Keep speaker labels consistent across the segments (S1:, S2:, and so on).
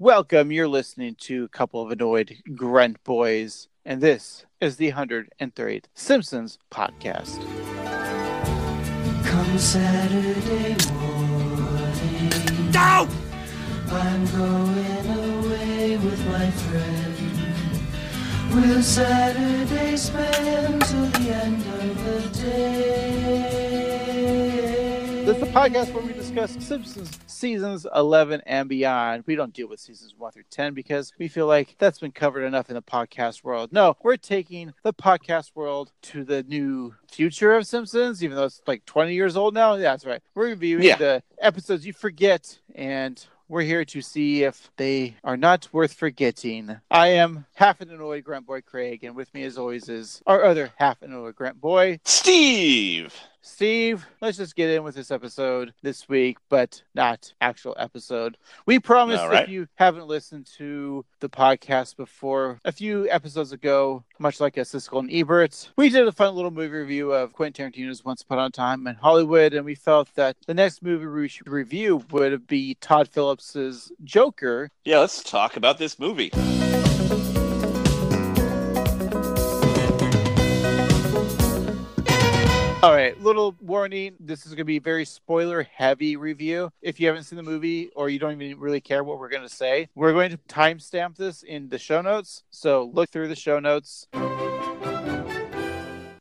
S1: Welcome. You're listening to a couple of annoyed grunt boys, and this is the 103rd Simpsons podcast.
S2: Come Saturday morning,
S3: No!
S2: I'm going away with my friend. We'll Saturday spend till the end of the day.
S1: This is the podcast where we discuss Simpsons seasons 11 and beyond. We don't deal with seasons 1 through 10 because we feel like that's been covered enough in the podcast world. No, we're taking the podcast world to the new future of Simpsons, even though it's like 20 years old now. Yeah, that's right. We're reviewing
S3: Yeah.
S1: the episodes you forget and. We're here to see if they are not worth forgetting. I am half an annoyed Grunt Boy Craig, and with me, as always, is our other half annoyed Grunt Boy,
S3: Steve!
S1: Steve, let's just get in with this episode this week, but not actual episode. We promise
S3: All right.
S1: if you haven't listened to the podcast before, a few episodes ago, much like a Siskel and Ebert, we did a fun little movie review of Quentin Tarantino's Once Upon a Time in Hollywood, and we felt that the next movie we should review would be Todd Phillips's Joker,
S3: Yeah, let's talk about this movie.
S1: All right, little warning. This is going to be a very spoiler heavy review. If you haven't seen the movie or you don't even really care what we're going to say, we're going to timestamp this in the show notes. So look through the show notes.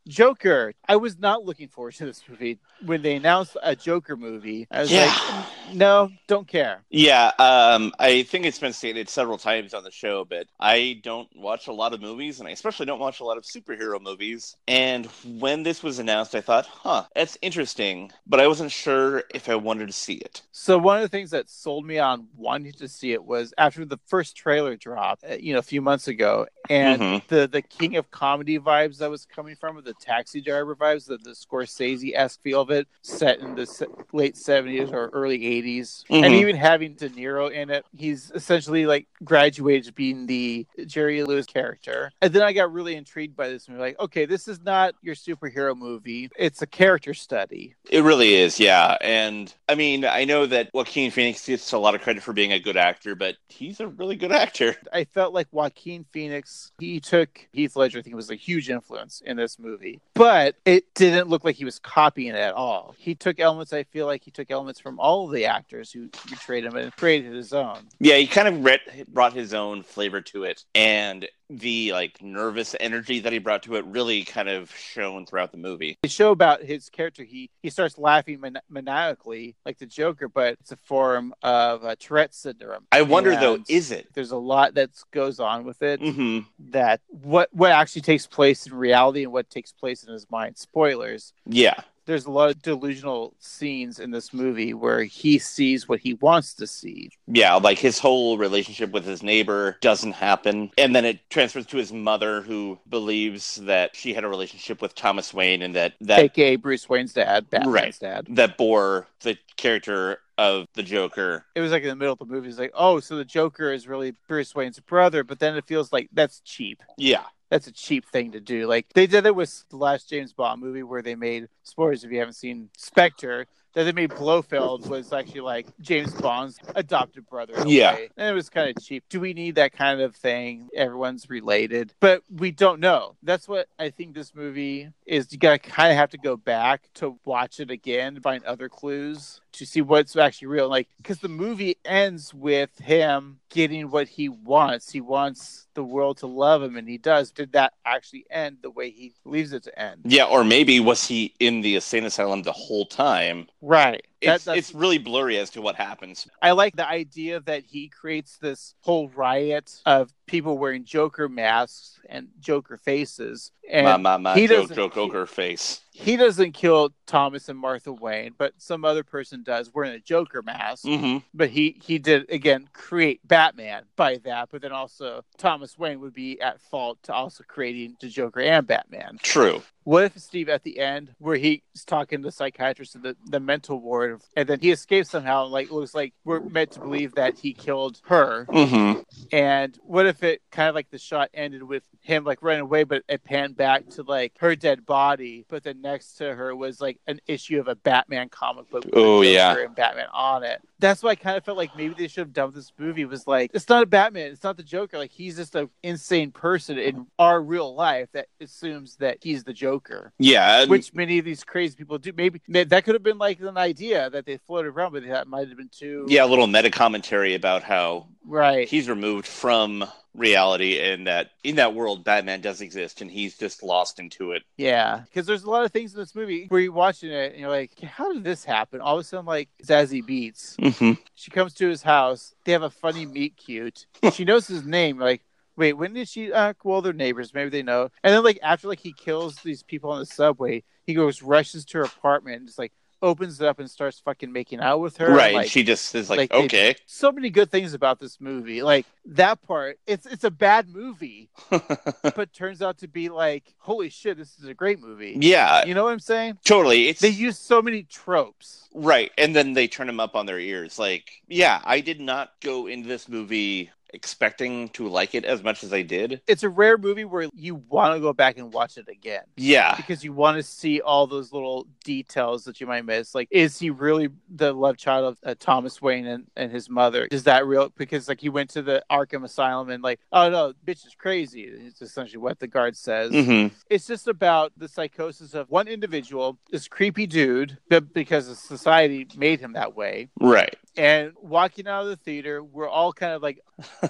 S1: Joker. I was not looking forward to this movie when they announced a Joker movie. I was
S3: Yeah.
S1: like, no, don't care.
S3: Yeah, um, I think it's been stated several times on the show, but I don't watch a lot of movies, and I especially don't watch a lot of superhero movies. And when this was announced, I thought, huh, that's interesting, but I wasn't sure if I wanted to see it.
S1: So one of the things that sold me on wanting to see it was after the first trailer dropped, uh, you know, a few months ago, and
S3: Mhm.
S1: the the King of Comedy vibes that was coming from it, the Taxi Driver vibes, the, the Scorsese esque feel of it, set in the se- late seventies or early 80s and
S3: Mhm.
S1: even having De Niro in it, he's essentially like graduated to being the Jerry Lewis character. And then I got really intrigued by this movie, like, okay, this is not your superhero movie; it's a character study.
S3: It really is, yeah. And I mean, I know that Joaquin Phoenix gets a lot of credit for being a good actor, but he's a really good actor.
S1: I felt like Joaquin Phoenix, he took Heath Ledger, I think it was a huge influence in this movie, but it didn't look like he was copying it at all. He took elements, I feel like he took elements from all of the actors who portrayed him and created his own.
S3: Yeah, he kind of re- brought his own flavor to it, and the like nervous energy that he brought to it really kind of shone throughout the movie.
S1: They show about his character, he, he starts laughing man- maniacally like the Joker, but it's a form of uh, Tourette's syndrome.
S3: I wonder though,
S1: And
S3: is it?
S1: There's a lot that goes on with it.
S3: hmm
S1: That what what actually takes place in reality and what takes place in his mind. Spoilers.
S3: Yeah,
S1: there's a lot of delusional scenes in this movie where he sees what he wants to see.
S3: yeah. Like his whole relationship with his neighbor doesn't happen, and then it transfers to his mother, who believes that she had a relationship with Thomas Wayne, and that that
S1: AKA Bruce Wayne's dad, Batman's
S3: Right.
S1: dad.
S3: that bore the character of the Joker.
S1: It was like in the middle of the movie. It's like, oh, so the Joker is really Bruce Wayne's brother, but then it feels like that's cheap.
S3: Yeah,
S1: That's a cheap thing to do. Like they did it with the last James Bond movie where they made spoilers if you haven't seen Spectre. That they made Blofeld was actually like James Bond's adopted brother. in a
S3: Yeah.
S1: way. And it was kind of cheap. Do we need that kind of thing? Everyone's related, but we don't know. That's what I think this movie is. You gotta kind of have to go back to watch it again, find other clues to see what's actually real. Like, because the movie ends with him getting what he wants. He wants the world to love him, and he does. Did that actually end the way he leaves it to end?
S3: yeah. Or maybe was he in the insane asylum the whole time?
S1: Right. That-
S3: It's, it's really blurry as to what happens.
S1: I like the idea that he creates this whole riot of people wearing Joker masks and Joker faces. And
S3: my my my
S1: he
S3: joke
S1: doesn't-
S3: joke ogre face.
S1: he doesn't kill Thomas and Martha Wayne, but some other person does wearing a Joker mask.
S3: hmm
S1: But he he did again create Batman by that, but then also Thomas Wayne would be at fault to also creating the Joker and Batman.
S3: True.
S1: What if Steve at the end, where he's talking to the psychiatrist in the, the mental ward, and then he escapes somehow, like it looks like we're meant to believe that he killed her.
S3: hmm
S1: And what if it kind of like the shot ended with him like running away, but it panned back to like her dead body, but then next to her was like like an issue of a Batman comic book. with
S3: Oh,
S1: the Joker
S3: yeah.
S1: and Batman on it. That's why I kind of felt like maybe they should have done with this movie was like it's not a Batman, it's not the Joker. Like he's just an insane person in our real life that assumes that he's the Joker.
S3: Yeah, and-
S1: Which many of these crazy people do. Maybe that that could have been like an idea that they floated around, but that might have been too.
S3: yeah, a little meta commentary about how
S1: right.
S3: he's removed from reality and that in that world Batman does exist and he's just lost into it.
S1: Yeah, because there's a lot of things in this movie where you're watching it and you're like, how did this happen? All of a sudden, like Zazie Beats,
S3: Mm-hmm.
S1: she comes to his house. They have a funny meet cute. she knows his name. You're Like, wait, when did she? Uh, well, they're neighbors. Maybe they know. And then, like after, like he kills these people on the subway, he goes rushes to her apartment and just like opens it up and starts fucking making out with her.
S3: Right,
S1: Like,
S3: she just is like,
S1: like they-
S3: okay,
S1: so many good things about this movie. Like that part, it's it's a bad movie, but turns out to be like, holy shit, this is a great movie.
S3: yeah,
S1: You know what I'm saying?
S3: totally. It's
S1: They use so many tropes.
S3: right, and then they turn him up on their ears. Like, yeah, I did not go into this movie expecting to like it as much as I did.
S1: It's a rare movie where you want to go back and watch it again
S3: Yeah,
S1: because you want to see all those little details that you might miss. Like, is he really the love child of uh, Thomas Wayne and, and his mother? Is that real? Because, like, he went to the Arkham Asylum and, like, oh no, bitch is crazy. It's essentially what the guard says.
S3: mm-hmm.
S1: It's just about the psychosis of one individual, this creepy dude, but because the society made him that way.
S3: right.
S1: and walking out of the theater, we're all kind of like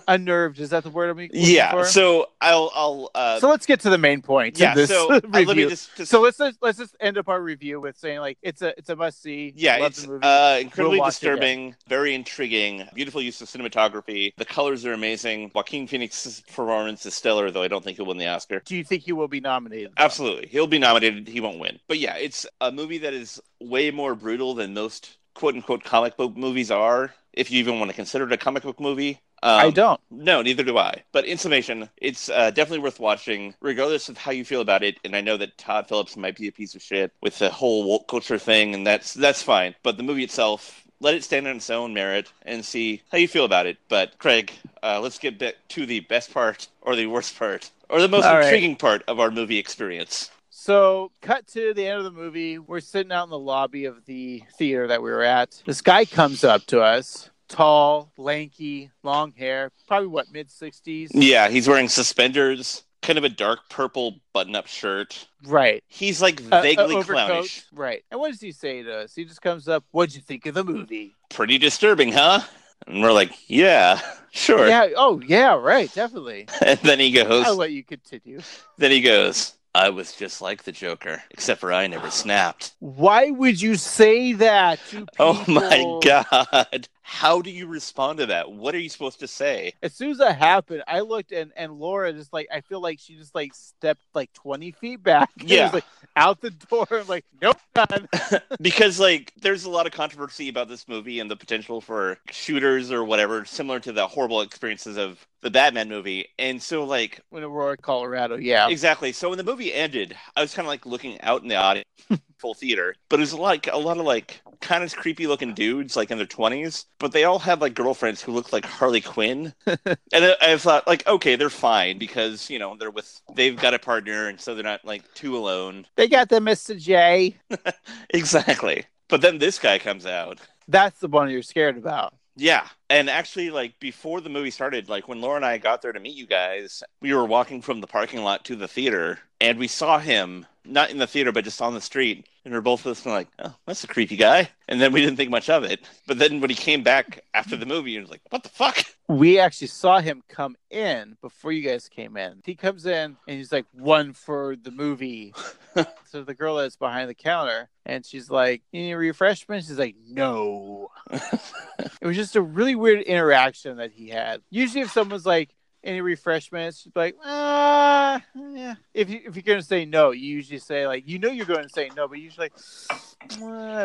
S1: unnerved. Is that the word I'm looking
S3: Yeah.
S1: for?
S3: So I'll, I'll, uh,
S1: So let's get to the main point. of
S3: yeah.
S1: this
S3: So uh, let me
S1: review.
S3: just, just
S1: so let's just, let's just end up our review with saying like it's a it's a must see.
S3: Yeah,
S1: Love
S3: it's
S1: the movie.
S3: uh, incredibly
S1: We'll watch it
S3: disturbing, very intriguing, beautiful use of cinematography. The colors are amazing. Joaquin Phoenix's performance is stellar, though I don't think he'll win the Oscar.
S1: Do you think he will be nominated?
S3: Absolutely. He'll be nominated, he won't win. But yeah, it's a movie that is way more brutal than most quote unquote comic book movies are, if you even want to consider it a comic book movie. Um,
S1: I don't.
S3: No, neither do I. But in summation, it's uh, definitely worth watching, regardless of how you feel about it. And I know that Todd Phillips might be a piece of shit with the whole woke culture thing, and that's that's fine. But the movie itself, let it stand on its own merit and see how you feel about it. But Craig, uh, let's get back to the best part, or the worst part, or the most
S1: All right.
S3: intriguing part of our movie experience.
S1: So, cut to the end of the movie. We're sitting out in the lobby of the theater that we were at. This guy comes up to us, tall, lanky, long hair, probably what mid sixties.
S3: Yeah, he's wearing suspenders, kind of a dark purple button-up shirt.
S1: Right.
S3: He's like
S1: Uh, uh,
S3: vaguely
S1: overcoat.
S3: clownish.
S1: Right. And what does he say to us? He just comes up, What'd you think of the movie?
S3: Pretty disturbing, huh? And we're like, yeah, sure.
S1: Yeah. Oh, yeah, right. Definitely.
S3: And then he goes,
S1: I'll let you continue.
S3: then he goes, I was just like the Joker, except for I never snapped.
S1: Why would you say that to people?
S3: Oh my God. How do you respond to that? What are you supposed to say?
S1: As soon as that happened, I looked and, and Laura just like, I feel like she just like stepped like 20 feet back. and
S3: Yeah.
S1: was, like out the door. I'm like, nope, done.
S3: Because, like, there's a lot of controversy about this movie and the potential for shooters or whatever, similar to the horrible experiences of the Batman movie. And so, like,
S1: When Aurora, Colorado. Yeah.
S3: Exactly. So when the movie ended, I was kind of like looking out in the audience, full theater, but it was like a lot of like kind of creepy looking dudes, like in their twenties, but they all had like girlfriends who looked like Harley Quinn, and I, I thought like, okay, they're fine because you know they're with they've got a partner, and so they're not like too alone.
S1: They got the Mr. J.
S3: Exactly. But then this guy comes out.
S1: That's the one you're scared about.
S3: Yeah. And actually, like before the movie started, like when Laura and I got there to meet you guys, we were walking from the parking lot to the theater and we saw him, not in the theater, but just on the street. And we are both listening, like, oh, that's a creepy guy. And then we didn't think much of it. But then when he came back after the movie, it was like, what the fuck?
S1: we actually saw him come in before you guys came in. He comes in and he's like, one for the movie. so the girl that's behind the counter and she's like, Any refreshments? She's like, No. it was just a really weird interaction that he had. Usually, if someone's like, any refreshments? She's like, ah, yeah. If you if you're gonna say no, you usually say like, you know, you're going to say no, but usually, like, I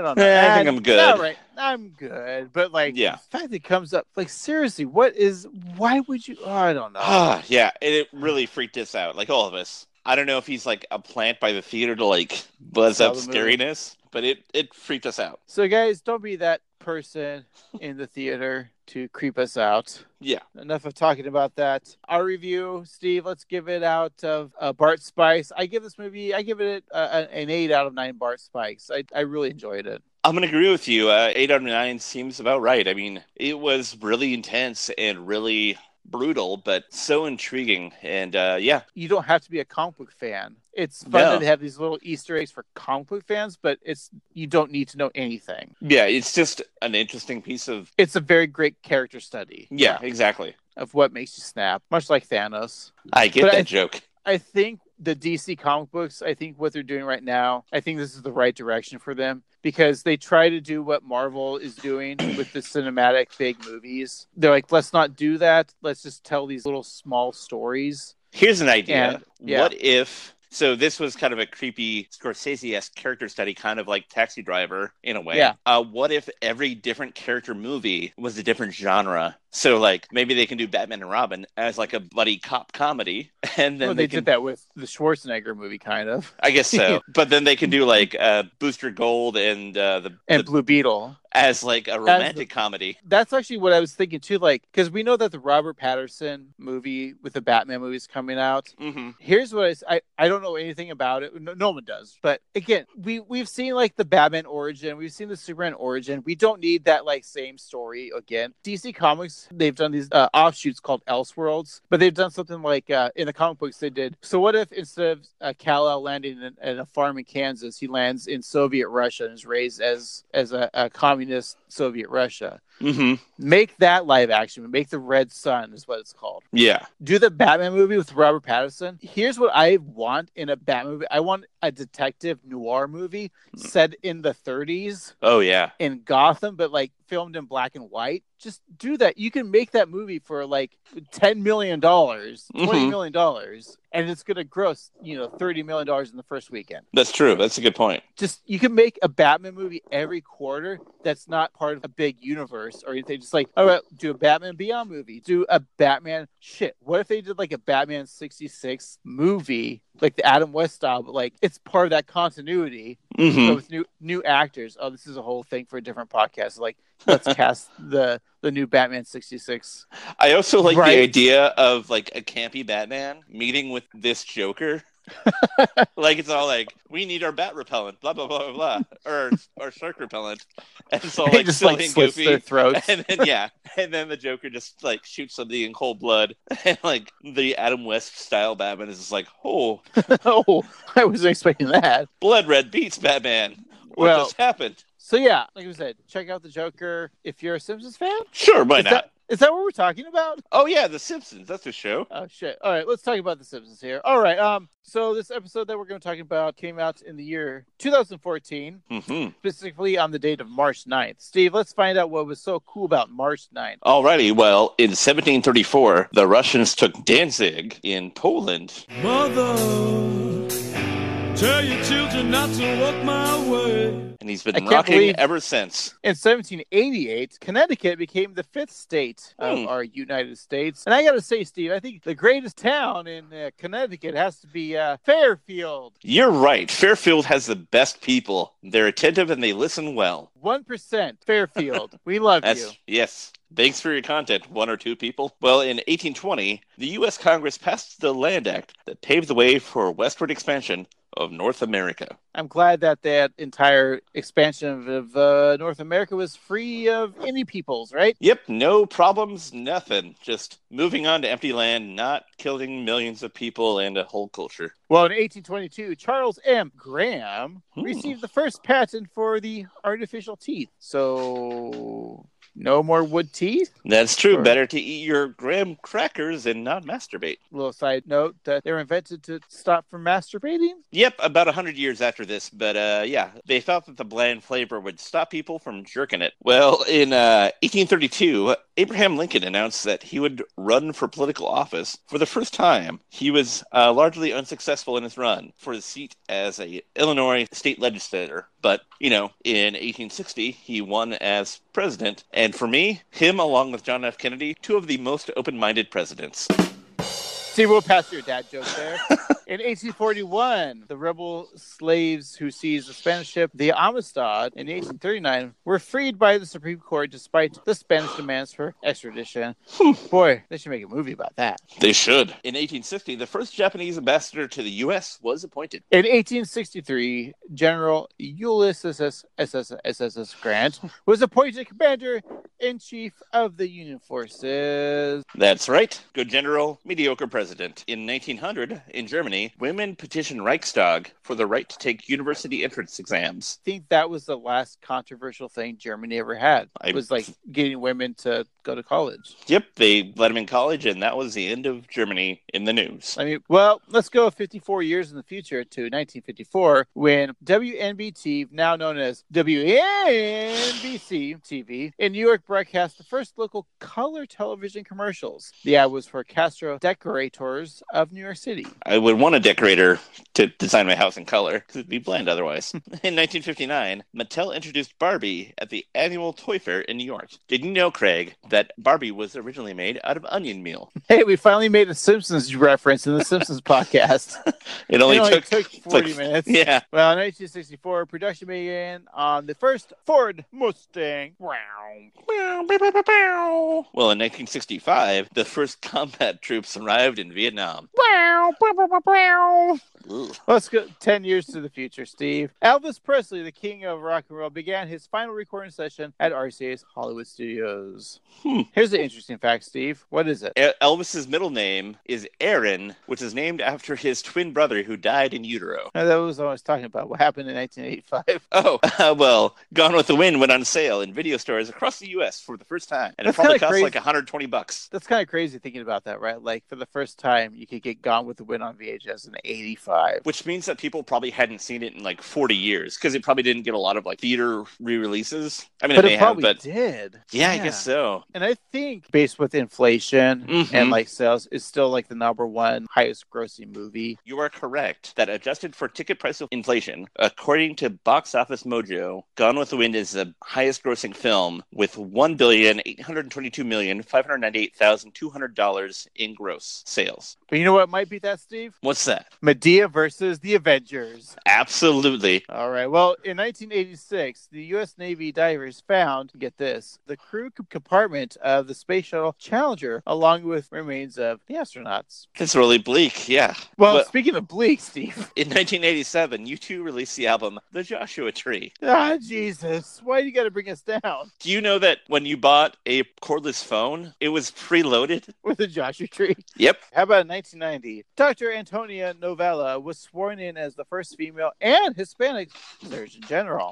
S1: don't know.
S3: Yeah, Eh, I think
S1: Ah,
S3: I'm good.
S1: All right, I'm good. But like,
S3: Yeah.
S1: the fact that it comes up, like, seriously, what is? Why would you? Oh, I don't know.
S3: Ah, yeah. And it really freaked us out, like all of us. I don't know if he's like a plant by the theater to like buzz
S1: Sell
S3: up
S1: the movie.
S3: scariness, but it, it freaked us out.
S1: so guys, don't be that person in the theater to creep us out.
S3: Yeah.
S1: Enough of talking about that. Our review, Steve. Let's give it out of uh, Bart Spice. I give this movie. I give it uh, an eight out of nine Bart Spikes. I I really enjoyed it.
S3: I'm gonna agree with you. Uh, eight out of nine seems about right. I mean, it was really intense and really brutal, but so intriguing. And uh, yeah,
S1: you don't have to be a comic book fan. It's fun
S3: No.
S1: that they have these little Easter eggs for comic book fans, but it's you don't need to know anything.
S3: yeah, it's just an interesting piece of
S1: It's a very great character study.
S3: yeah, exactly.
S1: Of what makes you snap, much like Thanos.
S3: I get
S1: But
S3: that
S1: I-
S3: joke.
S1: I think the DC comic books, I think what they're doing right now, I think this is the right direction for them because they try to do what Marvel is doing with the cinematic big movies. They're like, let's not do that. Let's just tell these little small stories.
S3: Here's an idea.
S1: And- yeah.
S3: What if so this was kind of a creepy Scorsese-esque character study, kind of like Taxi Driver in a way.
S1: Yeah.
S3: Uh, what if every different character movie was a different genre? So like maybe they can do Batman and Robin as like a buddy cop comedy, and then
S1: Well,
S3: they,
S1: they,
S3: can
S1: did that with the Schwarzenegger movie, kind of,
S3: I guess so. but then they can do like uh, Booster Gold and uh, the,
S1: and
S3: the-
S1: Blue Beetle.
S3: as like a romantic comedy.
S1: That's actually what I was thinking too. Like, because we know that the Robert Patterson movie with the Batman movie is coming out.
S3: hmm
S1: here's what I, s- I I don't know anything about it. No, no one does. But again, we we've seen like the Batman origin, we've seen the Superman origin. We don't need that like same story again. DC Comics they've done these uh, offshoots called Elseworlds, but they've done something like uh, in the comic books they did. So what if instead of uh, Kal El landing in, in a farm in Kansas, he lands in Soviet Russia and is raised as as a, a communist Soviet Russia? Mm-hmm.
S3: hmm
S1: Make that live action. Make the Red Sun is what it's called
S3: Yeah.
S1: do the Batman movie with Robert Pattinson. Here's what I want in a Batman movie. I want a detective noir movie set in the 30s
S3: Oh yeah.
S1: in Gotham, but like filmed in black and white. Just do that. You can make that movie for like 10 million dollars, 20
S3: Mhm.
S1: million dollars, and it's gonna gross, you know, 30 million dollars in the first weekend.
S3: That's true. That's a good point.
S1: Just you can make a Batman movie every quarter that's not part of a big universe or anything. Just like, all right, do a Batman Beyond movie, do a Batman shit. What if they did like a Batman 66 movie, like the Adam West style, but like it's part of that continuity
S3: hmm
S1: but with new new actors? Oh, this is a whole thing for a different podcast. Like, let's cast the the new Batman 66.
S3: I also like
S1: Right.
S3: the idea of like a campy Batman meeting with this Joker. like it's all like we need our bat repellent, blah blah blah blah, blah, or our shark repellent, and it's all
S1: they
S3: Oh, like
S1: just
S3: silly
S1: like
S3: and
S1: slits
S3: goofy.
S1: their throats.
S3: And then yeah, and then the Joker just like shoots somebody in cold blood, and like the Adam West style Batman is just like, oh,
S1: oh, I wasn't expecting that.
S3: blood red beats Batman. What
S1: Well-
S3: just happened?
S1: So yeah, like I said, check out the Joker if you're a Simpsons fan.
S3: Sure, why
S1: is
S3: not?
S1: That, is that what we're talking about?
S3: Oh yeah, The Simpsons. That's the show.
S1: Oh shit! All right, let's talk about The Simpsons here. All right, um, so this episode that we're going to talk about came out in the year 2014,
S3: Mm-hmm.
S1: specifically on the date of March 9th. Steve, let's find out what was so cool about March 9th.
S3: Alrighty, well, in 1734, the Russians took Danzig in Poland.
S4: Mother, tell your children not to walk my way.
S3: and he's
S1: I
S3: been
S1: can't
S3: rocking
S1: believe-
S3: ever since.
S1: In 1788, Connecticut became the fifth state of
S3: Hmm.
S1: our United States. And I got to say, Steve, I think the greatest town in uh, Connecticut has to be uh, Fairfield.
S3: You're right. Fairfield has the best people. They're attentive and they listen well.
S1: One percent, Fairfield. we love
S3: That's
S1: you.
S3: yes. Thanks for your content, one or two people. Well, in 1820, the U.S. Congress passed the Land Act that paved the way for westward expansion of North America.
S1: I'm glad that that entire expansion of uh, North America was free of any peoples, right?
S3: Yep, no problems, nothing. Just moving on to empty land, not killing millions of people and a whole culture.
S1: Well, in 1822, Charles M. Graham
S3: Hmm.
S1: received the first patent for the artificial teeth. So, no more wood teeth.
S3: That's true.
S1: Sure.
S3: Better to eat your graham crackers and not masturbate.
S1: Little side note that they were invented to stop from masturbating.
S3: Yep, about 100 years after this, but uh, yeah, they thought that the bland flavor would stop people from jerking it. Well, in uh, 1832, Abraham Lincoln announced that he would run for political office for the first time. He was uh, largely unsuccessful in his run for his seat as a Illinois state legislator, but you know, in 1860, he won as president, and for me, him along with John F. Kennedy, two of the most open-minded presidents.
S1: See, we'll pass your dad joke there. In 1841, the rebel slaves who seized the Spanish ship, the Amistad, in 1839, were freed by the Supreme Court despite the Spanish demands for extradition. Boy, they should make a movie about that.
S3: They should. In 1860, the first Japanese ambassador to the U.S. was appointed.
S1: In 1863, General Ulysses S. S. S. S. S. S. Grant was appointed commander in chief of the Union forces.
S3: That's right. Good general, mediocre president. In 1900, in Germany, women petitioned Reichstag for the right to take university entrance exams.
S1: I think that was the last controversial thing Germany ever had.
S3: I-
S1: was like getting women to go to college.
S3: Yep, they let him in college, and that was the end of Germany in the news.
S1: I mean, well, let's go 54 years in the future to 1954 when WNBT, now known as WNBC TV, in New York broadcast the first local color television commercials. The ad was for Castro Decorators of New York City.
S3: I would want a decorator to design my house in color because it'd be bland otherwise. in 1959, Mattel introduced Barbie at the annual toy fair in New York. Did you know, Craig, that Barbie was originally made out of onion meal?
S1: Hey, we finally made a Simpsons reference in the Simpsons podcast.
S3: It only
S1: it only
S3: took,
S1: took, 40
S3: like-
S1: minutes.
S3: yeah,
S1: Well, in 1964, production began on the first Ford Mustang. Wow.
S3: Well, in 1965, the first combat troops arrived in Vietnam. E-, Ugh.
S1: Let's go 10 years to the future, Steve. Elvis Presley, the king of rock and roll, began his final recording session at RCA's Hollywood Studios.
S3: Hmm.
S1: Here's an interesting fact, Steve. What is it?
S3: E- Elvis's middle name is Aaron, which is named after his twin brother who died in utero.
S1: Uh, That was what I was talking about. What happened in 1985?
S3: Oh, well, Gone with the Wind went on sale in video stores across the U.S. for the first time, and
S1: That's
S3: it probably
S1: kinda
S3: cost
S1: crazy.
S3: like 120 bucks.
S1: That's kind of crazy thinking about that, right? Like, for the first time, you could get Gone with the Wind on VHS in 85.
S3: Which means that people probably hadn't seen it in like 40 years because it probably didn't get a lot of like theater re-releases. I mean,
S1: But
S3: it may
S1: it probably
S3: have, but
S1: did.
S3: yeah, I guess so.
S1: And I think, based with inflation
S3: Mhm.
S1: and like sales, it's still like the number one highest grossing movie.
S3: You are correct that adjusted for ticket price of inflation, according to Box Office Mojo, Gone with the Wind is the highest grossing film with one billion eight hundred twenty two million five hundred ninety eight thousand two hundred dollars in gross sales.
S1: But you know what might be that, Steve?
S3: What's that?
S1: Medea versus the Avengers.
S3: Absolutely.
S1: All right. Well, in 1986, the U.S. Navy divers found, get this, the crew c- compartment of the space shuttle Challenger, along with remains of the astronauts.
S3: That's really bleak, yeah.
S1: Well,
S3: Well-
S1: speaking of bleak, Steve.
S3: In 1987, U2 released the album The Joshua Tree.
S1: Ah, Jesus. Why do you got to bring us down
S3: Do you know that when you bought a cordless phone, it was preloaded?
S1: with the Joshua Tree?
S3: Yep.
S1: How about in 1990? Dr. Antonia Novella was sworn in as the first female and Hispanic Surgeon General.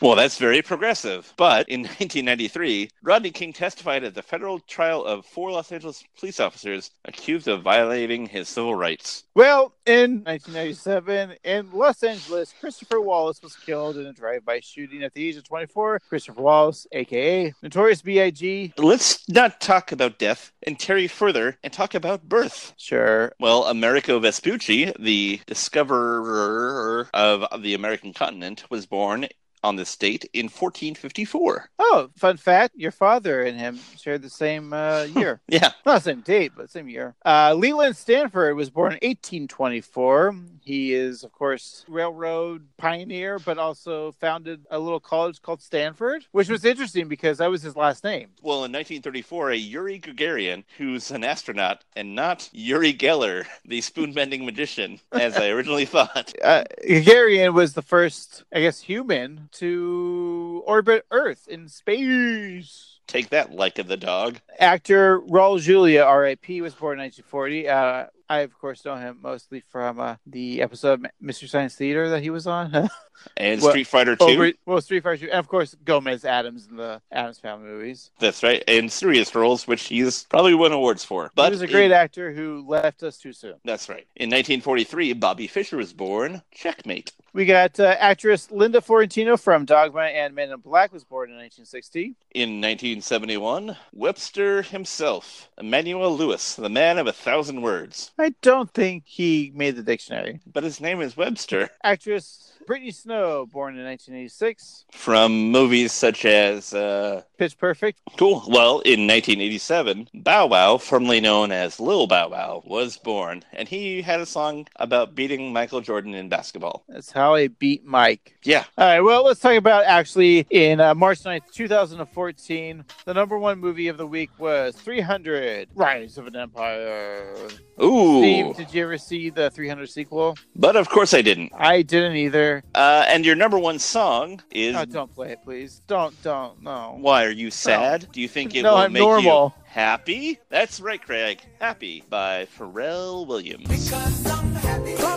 S3: Well, that's very progressive. But in 1993, Rodney King testified at the federal trial of four Los Angeles police officers accused of violating his civil rights.
S1: Well, in 1997, in Los Angeles, Christopher Wallace was killed in a drive-by shooting at the age of 24. Christopher Wallace, aka Notorious B.I.G.
S3: Let's not talk about death and tarry further and talk about birth.
S1: Sure.
S3: Well, Americo Vespucci, the discoverer of the American continent, was born on this date in 1454.
S1: Oh, fun fact: your father and him shared the same uh, year.
S3: Yeah,
S1: Not same date, but same year. Uh, Leland Stanford was born in 1824. He is, of course, railroad pioneer, but also founded a little college called Stanford, which was interesting because that was his last name.
S3: Well, in 1934, a Yuri Gagarin, who's an astronaut and not Yuri Geller, the spoon bending magician, as I originally thought.
S1: Uh, Gagarin was the first, I guess, human to orbit Earth in space.
S3: Take that, like of the dog.
S1: Actor Raul Julia, R.I.P., was born in 1940. Uh, I, of course, know him mostly from uh, the episode of Mr. Science Theater that he was on.
S3: And
S1: Well,
S3: Street Fighter 2.
S1: Over, well, Street Fighter 2. And of course, Gomez Adams in the Adams Family movies.
S3: That's right. And serious roles, which he's probably won awards for.
S1: he
S3: But
S1: was a great
S3: in-
S1: actor who left us too soon.
S3: That's right. In 1943, Bobby Fischer was born. Checkmate.
S1: We got uh, actress Linda Florentino from Dogma and Men in Black was born in 1960.
S3: In 1971, Webster himself, Emmanuel Lewis, the man of a thousand words.
S1: I don't think he made the dictionary.
S3: But his name is Webster.
S1: Actress Brittany Snow, born in 1986.
S3: From movies such as uh,
S1: Pitch Perfect.
S3: Cool. Well, in 1987, Bow Wow, formerly known as Lil Bow Wow, was born, and he had a song about beating Michael Jordan in basketball.
S1: That's how I beat Mike.
S3: Yeah,
S1: All right, well, let's talk about actually in uh, March 9th, 2014. The number one movie of the week was 300 Rise of an Empire.
S3: Ooh.
S1: Steve, did you ever see the 300 sequel?
S3: But of course I didn't.
S1: I didn't either.
S3: Uh, and your number one song is
S1: No, don't play it, please. Don't, don't, no.
S3: Why Are You Sad? Do you think it
S1: No,
S3: will
S1: I'm
S3: make
S1: normal.
S3: you happy? That's right, Craig. Happy by Pharrell Williams.
S5: Clap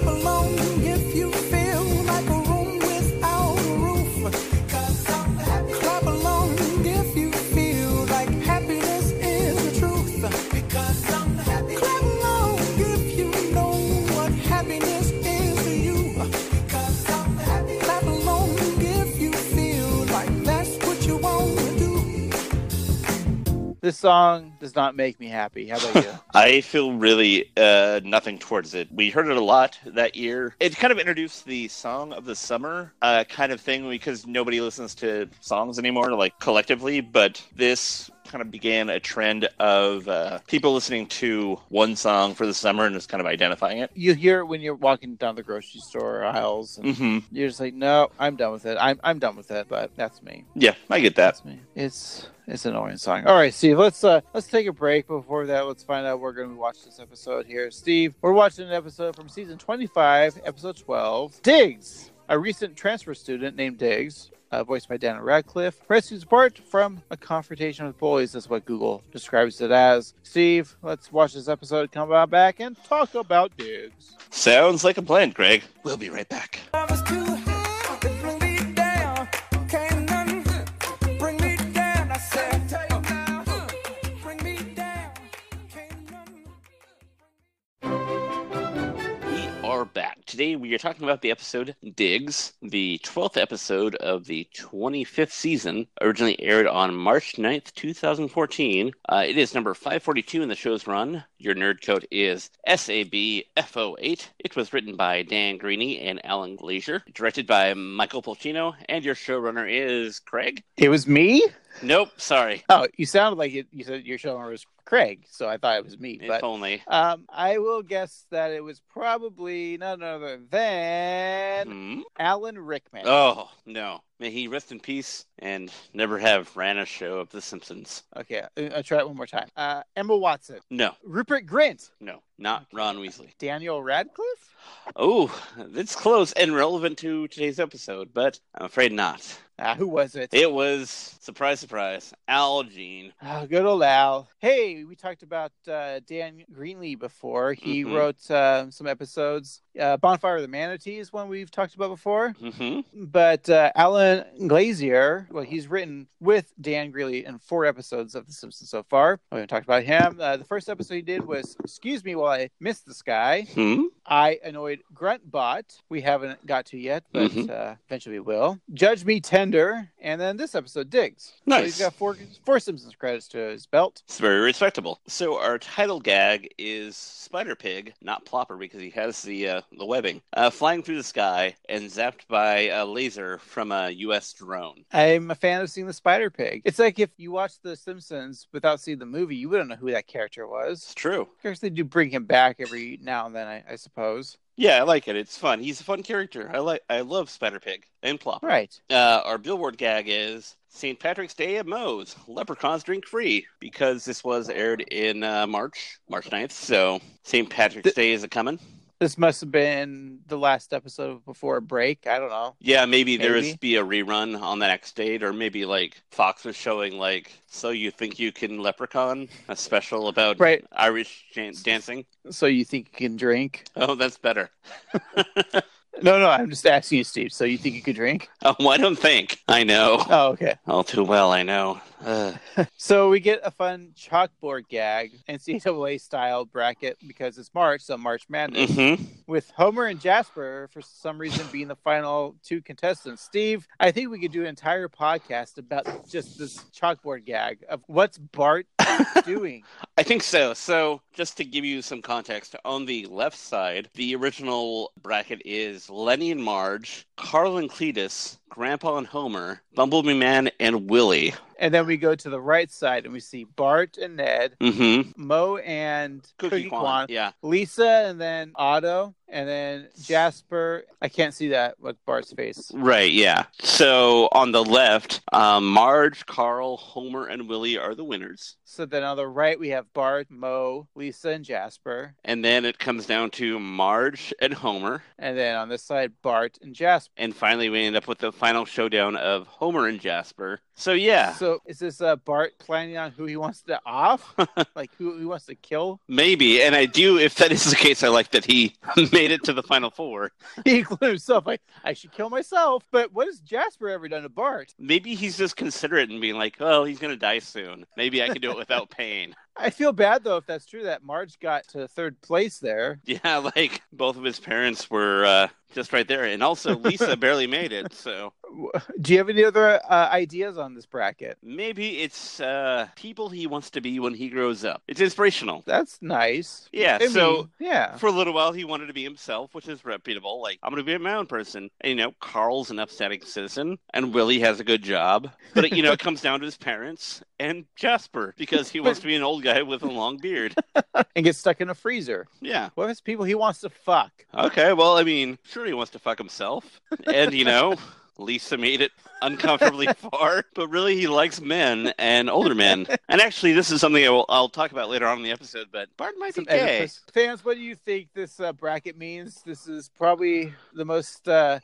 S5: along if you feel like a room without a roof. Clap along if you feel like happiness is the truth. Clap along if you know what happiness is to you. Clap along if you feel like that's what you want to do.
S1: This song does not make me happy. How about you?
S3: I feel really uh, nothing towards it. We heard it a lot that year. It kind of introduced the song of the summer uh, kind of thing because nobody listens to songs anymore, like collectively. But this kind of began a trend of uh, people listening to one song for the summer and just kind of identifying it.
S1: you hear it when you're walking down the grocery store aisles, and
S3: hmm
S1: you're just like, no, I'm done with it. I'm, I'm done with it, but that's me.
S3: Yeah, I get that.
S1: That's me. It's it's an annoying song. All right, Steve. Let's uh let's take a break. Before that, let's find out what we're going to watch this episode here. Steve, we're watching an episode from season 25, episode 12. Diggs, a recent transfer student named Diggs, uh, voiced by Daniel Radcliffe, rescues Bart from a confrontation with bullies. That's what Google describes it as. Steve, let's watch this episode. Come on back and talk about Diggs.
S3: Sounds like a plan, Greg. We'll be right back.
S5: I was too high to bring me down. Can't none bring me down. I said, bring me down. Can't none.
S3: We are back. Today we are talking about the episode Diggs,
S6: the 12th episode of the 25th season, originally aired on March 9th, 2014. Uh, it is number 542 in the show's run. Your nerd code is SABFO8. It was written by Dan Greeny and Alan Glazier, directed by Michael Polchino, and your showrunner is Craig?
S1: It was me.
S6: Nope, sorry.
S1: Oh, you sounded like it, you said your showrunner was Craig, so I thought it was me. But
S6: If only.
S1: Um, I will guess that it was probably none other than
S3: Mm-hmm.
S6: Hmm?
S1: Alan Rickman.
S6: Oh, no. May he rest in peace and never have ran a show of The Simpsons.
S1: Okay, I- I'll try it one more time. Uh, Emma Watson,
S6: No,
S1: Rupert Grint,
S6: no, not Ron Weasley.
S1: Daniel Radcliffe.
S6: Oh, that's close and relevant to today's episode, but I'm afraid not.
S1: Ah, who was it?
S6: It was, surprise, surprise, Al Jean.
S1: Oh, good old Al. Hey, we talked about uh, Dan Greenlee before. He
S6: Mhm.
S1: wrote uh, some episodes. Uh, Bonfire of the Manatees, one we've talked about before.
S6: hmm
S1: But uh, Alan Glazier, well, he's written with Dan Greeley in four episodes of The Simpsons so far. We haven't talked about him. Uh, the first episode he did was "Excuse Me While I Miss the Sky."
S6: Hmm?
S1: I annoyed Gruntbot. We haven't got to yet, but
S6: Mhm.
S1: uh, eventually we will. Judge Me Tender, and then this episode Diggs. So
S6: Nice.
S1: he's got four four Simpsons credits to his belt.
S6: It's very respectable. So our title gag is Spider Pig, not Plopper because he has the uh, the webbing, uh, flying through the sky and zapped by a laser from a U.S. drone.
S1: I'm a fan of seeing the Spider Pig. It's like if you watch The Simpsons without seeing the movie, you wouldn't know who that character was.
S6: It's true.
S1: Of course, they do bring him back every now and then, I, I suppose.
S6: Yeah, I like it. It's fun. He's a fun character. I like. I love Spider Pig and Plopper.
S1: Right.
S6: Uh, our billboard gag is St. Patrick's Day at Moe's. Leprechauns drink free because this was aired in uh, March, March 9th. So St. Patrick's
S1: Th-
S6: Day is a coming.
S1: This must have been the last episode before a break. I don't know.
S6: Yeah, maybe, there
S1: Maybe.
S6: is be a rerun on the next date, or maybe like Fox was showing like "So You Think You Can Leprechaun," a special about
S1: Right.
S6: Irish jan- dancing.
S1: So you think you can drink?
S6: Oh, that's better.
S1: No, no, I'm just asking you, Steve. So you think you could drink?
S6: Oh, I don't think I know
S1: Oh, okay.
S6: all too well. I know. Ugh.
S1: So we get a fun chalkboard gag, NCAA style bracket, because it's March, so March Madness,
S6: Mhm.
S1: with Homer and Jasper for some reason being the final two contestants. Steve, I think we could do an entire podcast about just this chalkboard gag of what's Bart doing?
S3: I think so. So, just to give you some context, on the left side, the original bracket is Lenny and Marge, Carl and Cletus, Grandpa and Homer, Bumblebee Man, and Willie.
S1: And then we go to the right side and we see Bart and Ned,
S3: Mm-hmm.
S1: Mo and
S3: Cookie, Cookie Quan. Yeah.
S1: Lisa and then Otto and then Jasper. I can't see that with Bart's face.
S3: Right, yeah. So on the left, um, Marge, Carl, Homer, and Willie are the winners.
S1: So then on the right we have Bart, Mo, Lisa, and Jasper.
S3: And then it comes down to Marge and Homer.
S1: And then on this side Bart and Jasper.
S3: And finally, we end up with the final showdown of Homer and Jasper. So, yeah,
S1: So is this uh, Bart planning on who he wants to off? like who he wants to kill?
S3: maybe. And I do, if that is the case, I like that he made it to the final four.
S1: He included himself. Like I should kill myself. But what has Jasper ever done to Bart?
S3: Maybe he's just considerate and being like, oh, he's going to die soon. Maybe I can do it without pain.
S1: I feel bad though if that's true that Marge got to third place there.
S3: Yeah, like both of his parents were uh, just right there. And also, Lisa barely made it. So.
S1: W- Do you have any other uh, ideas on this bracket?
S3: Maybe it's uh, people he wants to be when he grows up. It's inspirational.
S1: That's nice.
S3: Yeah,
S1: I
S3: so
S1: mean, yeah.
S3: for a little while he wanted to be himself, which is reputable. Like, I'm going to be my own person. And, you know, Carl's an upsetting citizen, and Willie has a good job. But, you know, it comes down to his parents and Jasper because he wants to be an old guy with a long beard.
S1: and gets stuck in a freezer.
S3: Yeah.
S1: What if it's people he wants to fuck?
S3: Okay. Well, I mean, sure, he wants to fuck himself. And, you know. Lisa made it uncomfortably far, but really he likes men and older men. And actually, this is something I will, I'll talk about later on in the episode. But Bart might be gay.
S1: Oedipus. Fans, what do you think this uh, bracket means? This is probably the most. Uh,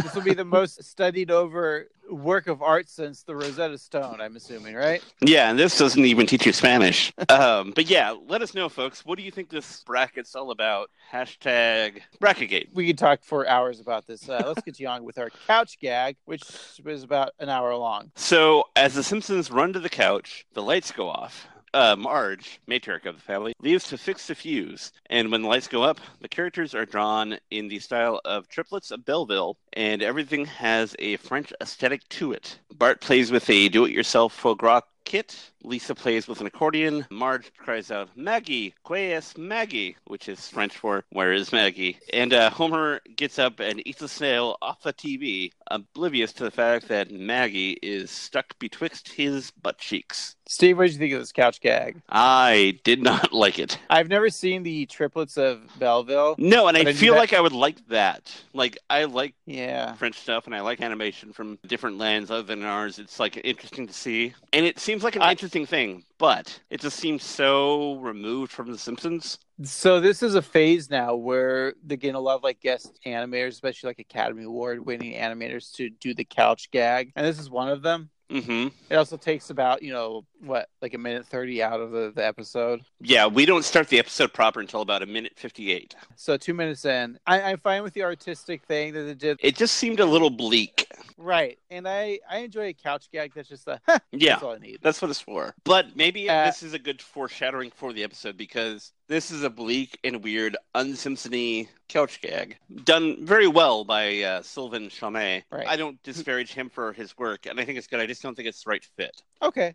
S1: this will be the most studied over work of art since the Rosetta Stone. I'm assuming, right?
S3: Yeah, and this doesn't even teach you Spanish. um, but yeah, let us know, folks. What do you think this bracket's all about? Hashtag Bracketgate.
S1: We could talk for hours about this. Uh, let's get you on with our couch gag, which was about an hour long.
S3: So, as the Simpsons run to the couch, the lights go off. Uh, Marge, matriarch of the family, leaves to fix the fuse. And when the lights go up, the characters are drawn in the style of triplets of Belleville, and everything has a French aesthetic to it. Bart plays with a do it yourself faux gras kit. Lisa plays with an accordion. Marge cries out, Maggie, que es Maggie, which is French for where is Maggie? And uh, Homer gets up and eats a snail off the TV, oblivious to the fact that Maggie is stuck betwixt his butt cheeks.
S1: Steve, what did you think of this couch gag?
S3: I did not like it.
S1: I've never seen the triplets of Belleville.
S3: No, and I
S1: But I do
S3: feel
S1: that-
S3: like I would like that. Like, I like
S1: Yeah.
S3: French stuff and I like animation from different lands other than ours. It's like interesting to see. And it seems like an interesting thing, but it just seems so removed from The Simpsons.
S1: So this is a phase now where they're getting a lot of like guest animators, especially like Academy Award winning animators to do the couch gag. And this is one of them.
S3: hmm
S1: It also takes about, you know, what, like a minute 30 out of the, the episode.
S3: Yeah, we don't start the episode proper until about a minute 58.
S1: So two minutes in. I, I'm fine with the artistic thing that they did.
S3: It just seemed a little bleak.
S1: Right. And I, I enjoy a couch gag that's just the,
S3: Yeah.
S1: that's all I need.
S3: That's what it's for. But maybe
S1: Uh,
S3: this is a good foreshadowing for the episode because this is a bleak and weird, unsimpsony couch gag done very well by uh, Sylvan Chaumet.
S1: Right.
S3: I don't disparage him for his work, and I think it's good. I just don't think it's the right fit.
S1: Okay.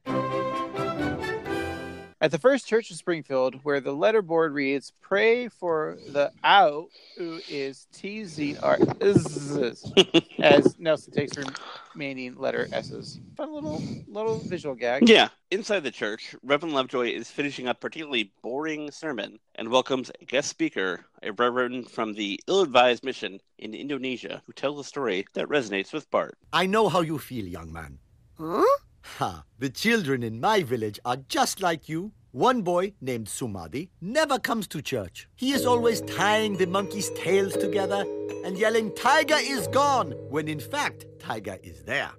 S1: At the first church of Springfield, where the letterboard reads, Pray for the out, who is T Z R S, as Nelson takes remaining letter S's. Fun little, little visual gag.
S3: Yeah. Inside the church, Reverend Lovejoy is finishing up a particularly boring sermon and welcomes a guest speaker, a reverend from the ill advised mission in Indonesia, who tells a story that resonates with Bart.
S7: I know how you feel, young man. Huh? Ha! The children in my village are just like you. One boy named Sumadi never comes to church. He is always tying the monkeys' tails together and yelling, Tiger is gone! when in fact, Tiger is there.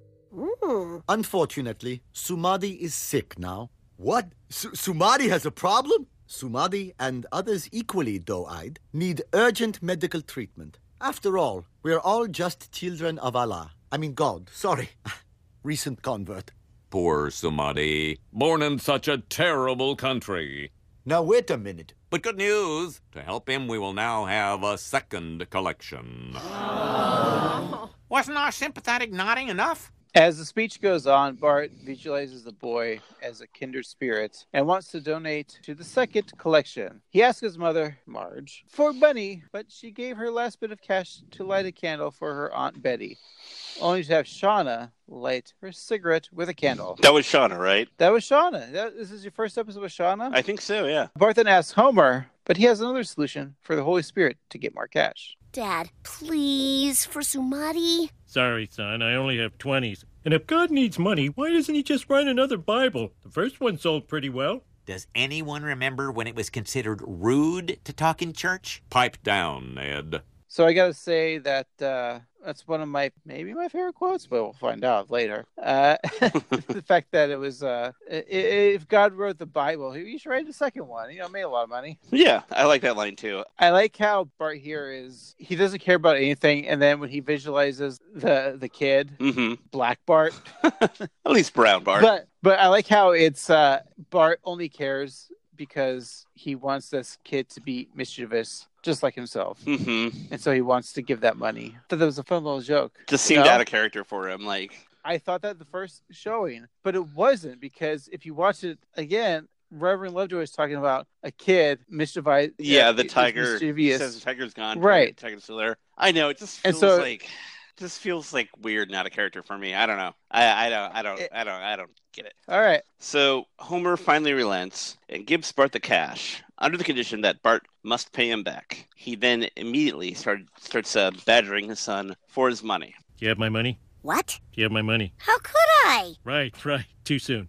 S7: Unfortunately, Sumadi is sick now. What? Su- Sumadi has a problem? Sumadi and others equally doe eyed need urgent medical treatment. After all, we're all just children of Allah. I mean, God, sorry. Recent convert.
S8: Poor Sumadi, born in such a terrible country.
S7: Now, wait a minute.
S8: But good news! To help him, we will now have a second collection.
S9: Wasn't our sympathetic nodding enough?
S1: As the speech goes on, Bart visualizes the boy as a kindred spirit and wants to donate to the second collection. He asks his mother, Marge, for money, but she gave her last bit of cash to light a candle for her Aunt Betty, only to have Shauna light her cigarette with a candle.
S3: That was Shauna, right?
S1: That was Shauna. That, this is your first episode with Shauna?
S3: I think so, yeah.
S1: Bart then asks Homer, but he has another solution for the Holy Spirit to get more cash.
S10: Dad, please, for Sumati.
S11: Sorry, son, I only have 20s. And if God needs money, why doesn't he just write another Bible? The first one sold pretty well.
S12: Does anyone remember when it was considered rude to talk in church?
S8: Pipe down, Ned.
S1: So I gotta say that uh, that's one of my maybe my favorite quotes, but we'll find out later. Uh, the fact that it was uh, i- i- if God wrote the Bible, he should write the second one. You know, made a lot of money.
S3: Yeah, I like that line too.
S1: I like how Bart here is he doesn't care about anything, and then when he visualizes the the kid,
S3: hmm
S1: Black Bart,
S3: At least Brown Bart.
S1: but but I like how it's uh, Bart only cares because he wants this kid to be mischievous, just like himself,
S3: hmm
S1: and so he wants to give that money. I thought that was a fun little joke.
S3: Just seemed
S1: No.
S3: out of character for him. Like,
S1: I thought that the first showing, but it wasn't because if you watch it again, Reverend Lovejoy is talking about a kid mischievous.
S3: yeah,
S1: uh,
S3: the
S1: is
S3: tiger
S1: mischievous.
S3: says the tiger's gone.
S1: Right.
S3: the tiger's still there. I know. It just
S1: And
S3: feels
S1: so-
S3: like just feels like weird, not a character for me. I don't know. I, I don't. I don't.
S1: It-
S3: I don't. I don't get it.
S1: All right,
S3: So Homer finally relents and gives Bart the cash under the condition that Bart must pay him back. He then immediately started, starts uh, badgering his son for his money.
S11: Do you have my money?
S10: What?
S11: Do you have my money?
S10: How could I?
S11: Right, right, too soon.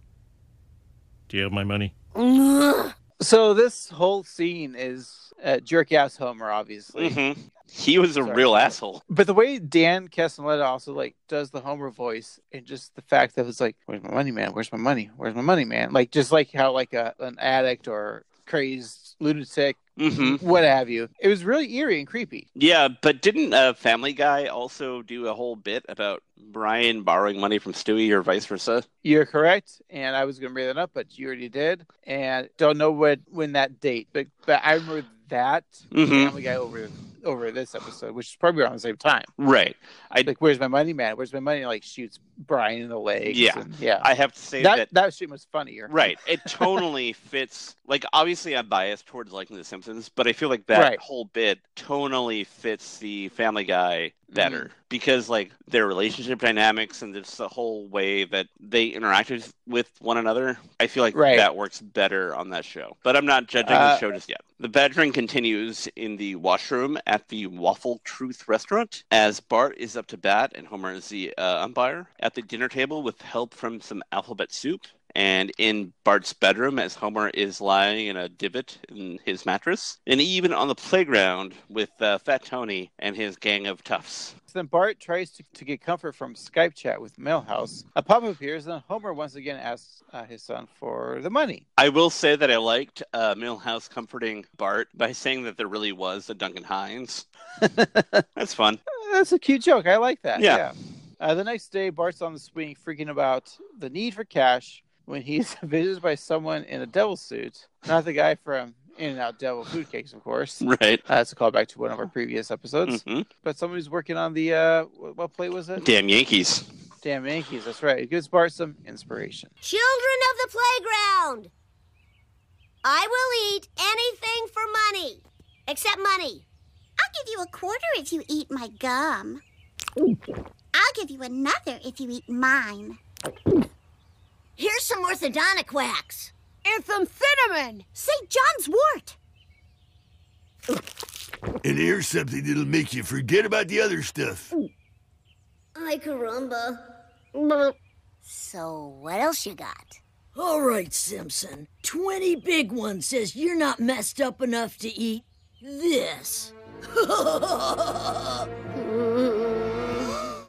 S11: Do you have my money?
S10: Ugh.
S1: so this whole scene is uh, jerk ass Homer, obviously.
S3: hmm He was a
S1: Sorry.
S3: real asshole.
S1: But the way Dan Castellaneta also like does the Homer voice, and just the fact that it's like, "Where's my money, man? Where's my money? Where's my money, man?" Like just like how like a an addict or crazed lunatic,
S3: hmm
S1: what have you. It was really eerie and creepy.
S3: Yeah, but didn't uh, Family Guy also do a whole bit about Brian borrowing money from Stewie or vice versa?
S1: You're correct, and I was going to bring that up, but you already did, and don't know when when that date, but but I remember that
S3: Mhm.
S1: Family Guy over over this episode, which is probably around the same time.
S3: Right. I
S1: Like, where's my money, man? Where's my money? Like shoots Brian in the legs.
S3: Yeah.
S1: and- yeah.
S3: I have to say
S1: that
S3: that
S1: that shit was funnier.
S3: Right. It totally fits. Like, obviously, I'm biased towards liking The Simpsons, but I feel like that
S1: Right.
S3: whole bit tonally fits the Family Guy better because, like, their relationship dynamics and just the whole way that they interact with- with one another. I feel like
S1: Right.
S3: that works better on that show. But I'm not judging
S1: Uh,
S3: the show just yet. The badgering continues in the washroom at the Waffle Truth restaurant as Bart is up to bat and Homer is the uh, umpire at the dinner table with help from some alphabet soup. And in Bart's bedroom, as Homer is lying in a divot in his mattress, and even on the playground with uh, Fat Tony and his gang of toughs.
S1: So then Bart tries to, to get comfort from Skype chat with Mailhouse. A pop appears, and Homer once again asks uh, his son for the money.
S3: I will say that I liked uh, Millhouse comforting Bart by saying that there really was a Duncan Hines. That's fun.
S1: That's a cute joke. I like that.
S3: Yeah.
S1: Yeah. Uh, the next day, Bart's on the swing freaking about the need for cash when he's visited by someone in a devil suit. Not the guy from In and Out Devil Food Cakes, of course. Uh,
S3: Right.
S1: that's a callback to one of our previous episodes.
S3: hmm
S1: But somebody's working on the, uh, what, what plate was it?
S3: Damn Yankees.
S1: Damn Yankees. That's right. It gives Bart some inspiration.
S10: Children of the playground! I will eat anything for money, except money. I'll give you a quarter if you eat my gum. I'll give you another if you eat mine. Here's some orthodontic wax. And some cinnamon. St. John's wort.
S4: And here's something that'll make you forget about the other stuff.
S10: Ay, caramba. So, what else you got?
S13: All right, Simpson. 20 big ones says you're not messed up enough to eat this.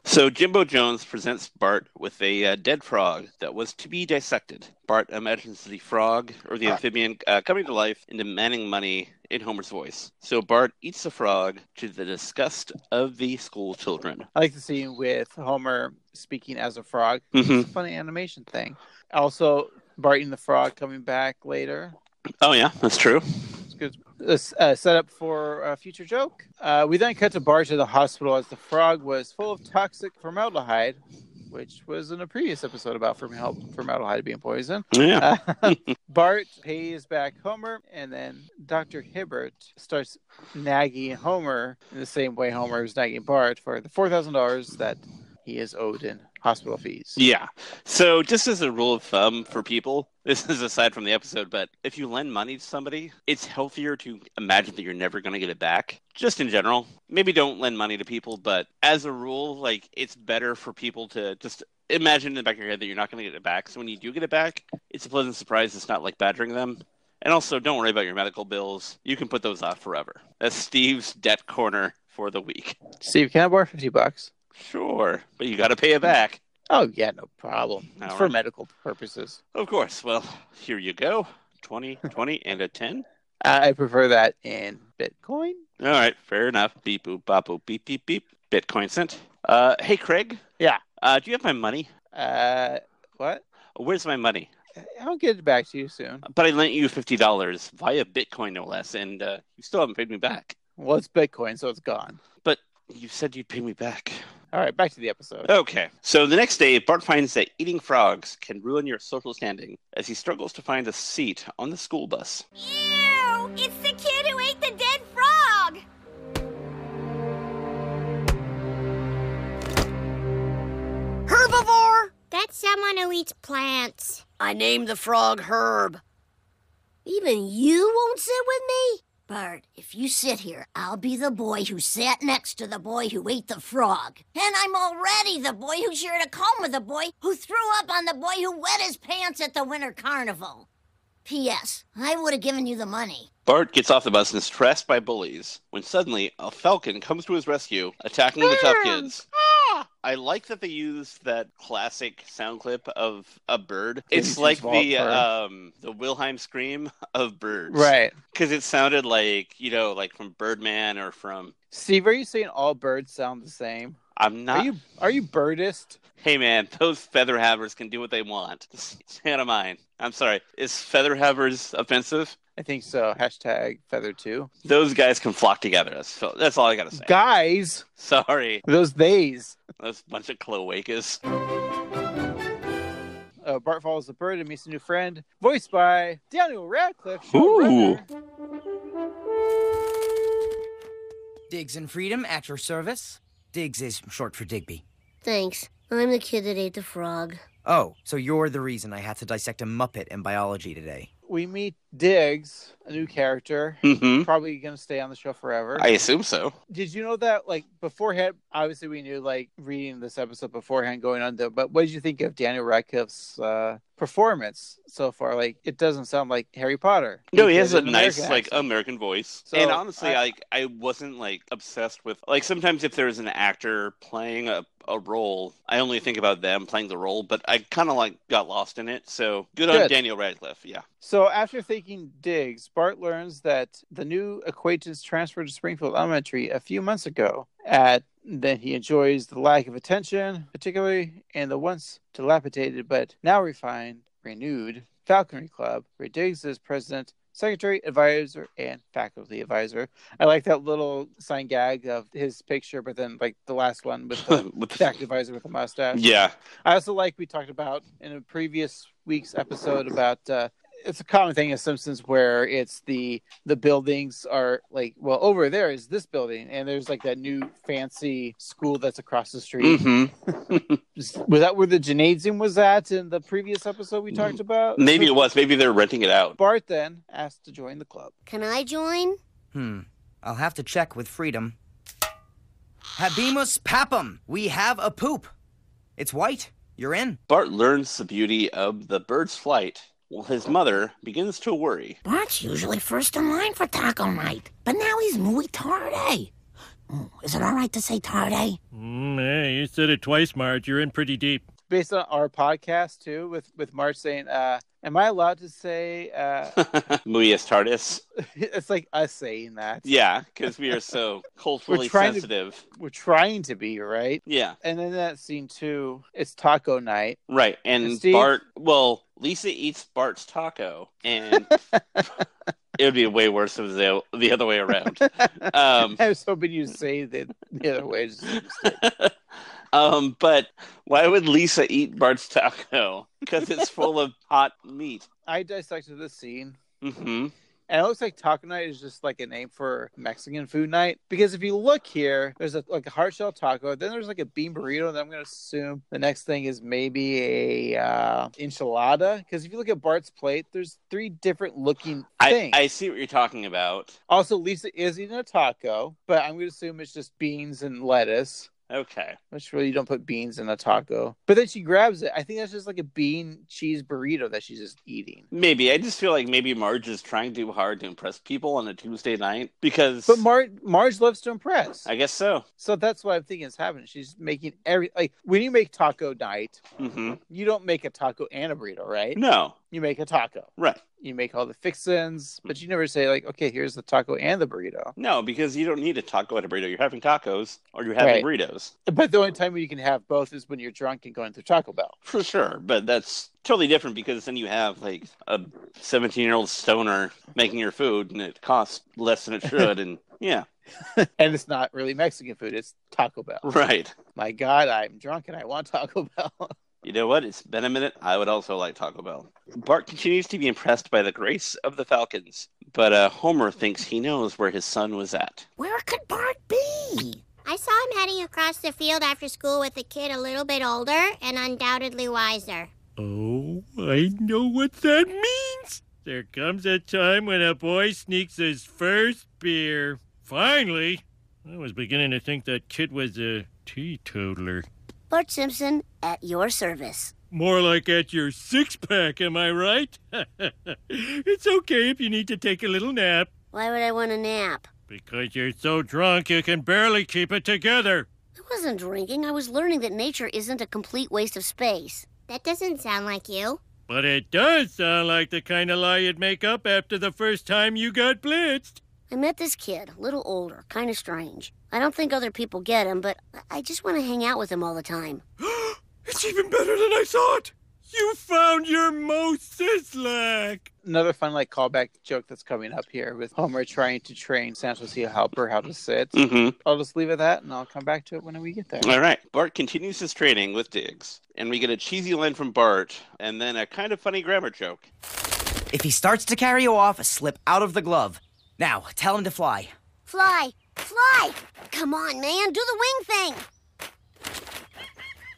S3: So Jimbo Jones presents Bart with a uh, dead frog that was to be dissected. Bart imagines the frog or the amphibian uh, coming to life and demanding money in Homer's voice. So Bart eats the frog to the disgust of the school children.
S1: I like the scene with Homer speaking as a frog.
S3: Mhm.
S1: It's a funny animation thing. Also, Barton the frog coming back later.
S3: Oh yeah, that's true.
S1: It's good. This, uh, set up for a future joke. Uh, we then cut to Bart to the hospital as the frog was full of toxic formaldehyde, which was in a previous episode about from help formaldehyde being poison.
S3: Yeah.
S1: Uh, Bart pays back Homer, and then Dr. Hibbert starts nagging Homer in the same way Homer is nagging Bart for the four thousand dollars that he is owed in hospital fees.
S3: Yeah. So, just as a rule of thumb for people, this is aside from the episode, but if you lend money to somebody, it's healthier to imagine that you're never going to get it back. Just in general, maybe don't lend money to people, but as a rule, like it's better for people to just imagine in the back of your head that you're not going to get it back. So, when you do get it back, it's a pleasant surprise. It's not like badgering them. And also, don't worry about your medical bills. You can put those off forever. That's Steve's debt corner for the week.
S1: Steve, can I borrow fifty bucks?
S3: Sure, but you got to pay it back.
S1: Oh yeah, no problem.
S3: All
S1: It's for
S3: right.
S1: medical purposes.
S3: Of course. Well, here you go. 20, 20, and a 10.
S1: I I prefer that in Bitcoin.
S3: All right, fair enough. Beep, boop, bop, boop, beep, beep, beep. Bitcoin cent. Uh, hey, Craig.
S1: Yeah.
S3: Uh, do you have my money?
S1: Uh, what?
S3: Where's my money?
S1: I'll get it back to you soon.
S3: But I lent you $50 via Bitcoin, no less, and uh, you still haven't paid me back.
S1: Well, it's Bitcoin, so it's gone.
S3: But you said you'd pay me back.
S1: All right, back to the episode.
S3: Okay. So the next day, Bart finds that eating frogs can ruin your social standing as he struggles to find a seat on the school bus.
S10: Ew! It's the kid who ate the dead frog! Herbivore! That's someone who eats plants.
S14: I named the frog Herb.
S10: Even you won't sit with me?
S14: Bart, if you sit here, I'll be the boy who sat next to the boy who ate the frog.
S10: And I'm already the boy who shared a comb with the boy who threw up on the boy who wet his pants at the winter carnival.
S14: P.S. I would have given you the money.
S3: Bart gets off the bus and is harassed by bullies when suddenly a falcon comes to his rescue, attacking the tough kids. I like that they use that classic sound clip of a bird.
S1: Yeah,
S3: It's
S1: it's
S3: like
S1: small
S3: the
S1: bird.
S3: um, the Wilhelm scream of birds,
S1: Right.
S3: Because it sounded like you know, like from Birdman or from.
S1: Steve, are you saying all birds sound the same?
S3: I'm not.
S1: Are you are you birdist?
S3: Hey man, those feather havers can do what they want. Stay out of mine. I'm sorry. Is feather havers offensive?
S1: I think so. Hashtag feather two.
S3: Those guys can flock together. That's so. That's all I gotta say.
S1: Guys,
S3: Sorry.
S1: those theys.
S3: Those bunch of cloacas.
S1: Uh, Bart follows the bird and meets a new friend, voiced by Daniel Radcliffe. showrunner.
S15: Diggs and Freedom at your service. Diggs is short for Digby.
S10: Thanks. I'm the kid that ate the frog.
S15: Oh, so you're the reason I had to dissect a Muppet in biology today.
S1: We meet Diggs, a new character,
S3: Mhm.
S1: probably going to stay on the show forever.
S3: I assume so.
S1: Did you know that, like, beforehand, obviously we knew, like, reading this episode beforehand going on, though, but what did you think of Daniel Radcliffe's uh, performance so far? Like, it doesn't sound like Harry Potter.
S3: No, he
S1: did
S3: has a
S1: an
S3: nice,
S1: American
S3: like,
S1: accent.
S3: American voice.
S1: So,
S3: and honestly,
S1: I-
S3: like, I wasn't like obsessed with like sometimes if there's an actor playing a, a role, I only think about them playing the role, but I kind of like got lost in it. So good, on
S1: Good.
S3: Daniel Radcliffe. Yeah,
S1: So after thinking Diggs, Bart learns that the new acquaintance transferred to Springfield Elementary a few months ago. At then he enjoys the lack of attention, particularly in the once dilapidated but now refined, renewed Falconry Club, where Diggs is president, secretary, advisor, and faculty advisor. I like that little sign gag of his picture, but then like the last one with the
S3: With the-
S1: faculty advisor with the mustache.
S3: yeah,
S1: I also like we talked about in a previous week's episode about uh, it's a common thing in Simpsons where it's the the buildings are like well over there is this building and there's like that new fancy school that's across the street.
S3: Mhm.
S1: Was that where the gymnasium was at in the previous episode we talked about?
S3: Maybe it was. Maybe they're renting it out.
S1: Bart then asked to join the club.
S10: Can I join?
S15: Hmm. I'll have to check with Freedom. Habemus papum! We have a poop! It's white. You're in.
S3: Bart learns the beauty of the bird's flight. While his mother begins to worry.
S16: Bart's usually first in line for taco night, but now he's muy tarde. Mm, Is it all right to say tarde?
S11: Mm, hey, you said it twice, Marge. You're in pretty deep.
S1: Based on our podcast too, with with March saying, uh, "Am I allowed to say?" Uh,
S3: Muy es tardis.
S1: it's like us saying that.
S3: Yeah, because we are so culturally
S1: trying to-
S3: sensitive.
S1: We're trying to be right.
S3: Yeah.
S1: And then that scene too, it's taco night.
S3: Right, and
S1: Steve?
S3: Bart. Well, Lisa eats Bart's taco, and it would be way worse if the the other way around. Um,
S1: I was hoping you'd say that the other way.
S6: Um, but why would Lisa eat Bart's taco? Because it's full of hot meat.
S1: I dissected the scene.
S6: Mm-hmm.
S1: And it looks like taco night is just like a name for Mexican food night. Because if you look here, there's a, like a hard shell taco, then there's like a bean burrito, and I'm going to assume the next thing is maybe a uh, enchilada. Because if you look at Bart's plate, there's three different looking
S6: I,
S1: things.
S6: I see what you're talking about.
S1: Also, Lisa is eating a taco, but I'm going to assume it's just beans and lettuce.
S6: Okay.
S1: Which really you don't put beans in a taco. But then she grabs it. I think that's just like a bean cheese burrito that she's just eating.
S6: Maybe. I just feel like maybe Marge is trying too hard to impress people on a Tuesday night because
S1: But Mar- Marge loves to impress.
S6: I guess so.
S1: So that's what I'm thinking is happening. She's making every like when you make taco night,
S6: Mm-hmm.
S1: you don't make a taco and a burrito, right?
S6: No.
S1: You make a taco.
S6: Right.
S1: You make all the fixins, but you never say like, okay, here's the taco and the burrito.
S6: No, because you don't need a taco and a burrito. You're having tacos or you're having
S1: Right.
S6: burritos.
S1: But the only time you can have both is when you're drunk and going through Taco Bell.
S6: For sure. But that's totally different because then you have like a 17 year old stoner making your food and it costs less than it should. and yeah.
S1: and it's not really Mexican food, it's Taco Bell.
S6: Right.
S1: My God, I'm drunk and I want Taco Bell.
S6: You know what? It's been a minute. I would also like Taco Bell. Bart continues to be impressed by the grace of the Falcons, but uh, Homer thinks he knows where his son was at.
S10: Where could Bart be? I saw him heading across the field after school with a kid a little bit older and undoubtedly wiser.
S11: Oh, I know what that means. There comes a time when a boy sneaks his first beer. Finally! I was beginning to think that kid was a teetotaler.
S10: Bart Simpson, at your service.
S11: More like at your six pack, am I right? it's okay if you need to take a little nap.
S10: Why would I want a nap?
S11: Because you're so drunk you can barely keep it together.
S10: I wasn't drinking. I was learning that nature isn't a complete waste of space. That doesn't sound like you.
S11: But it does sound like the kind of lie you'd make up after the first time you got blitzed.
S10: I met this kid, a little older, kind of strange. I don't think other people get him, but I- I just want to hang out with him all the time.
S11: It's even better than I thought! You found your Mo Sislak!
S1: Another fun like callback joke that's coming up here with Homer trying to train Santos to help her how to sit.
S3: mm-hmm.
S6: Mhm.
S1: I'll just leave it at that and I'll come back to it when we get there.
S6: All right. Bart continues his training with Diggs, and we get a cheesy line from Bart and then a kind of funny grammar joke.
S15: If he starts to carry you off, slip out of the glove. Now, tell him to fly.
S10: Fly! Fly! Come on, man, do the wing thing!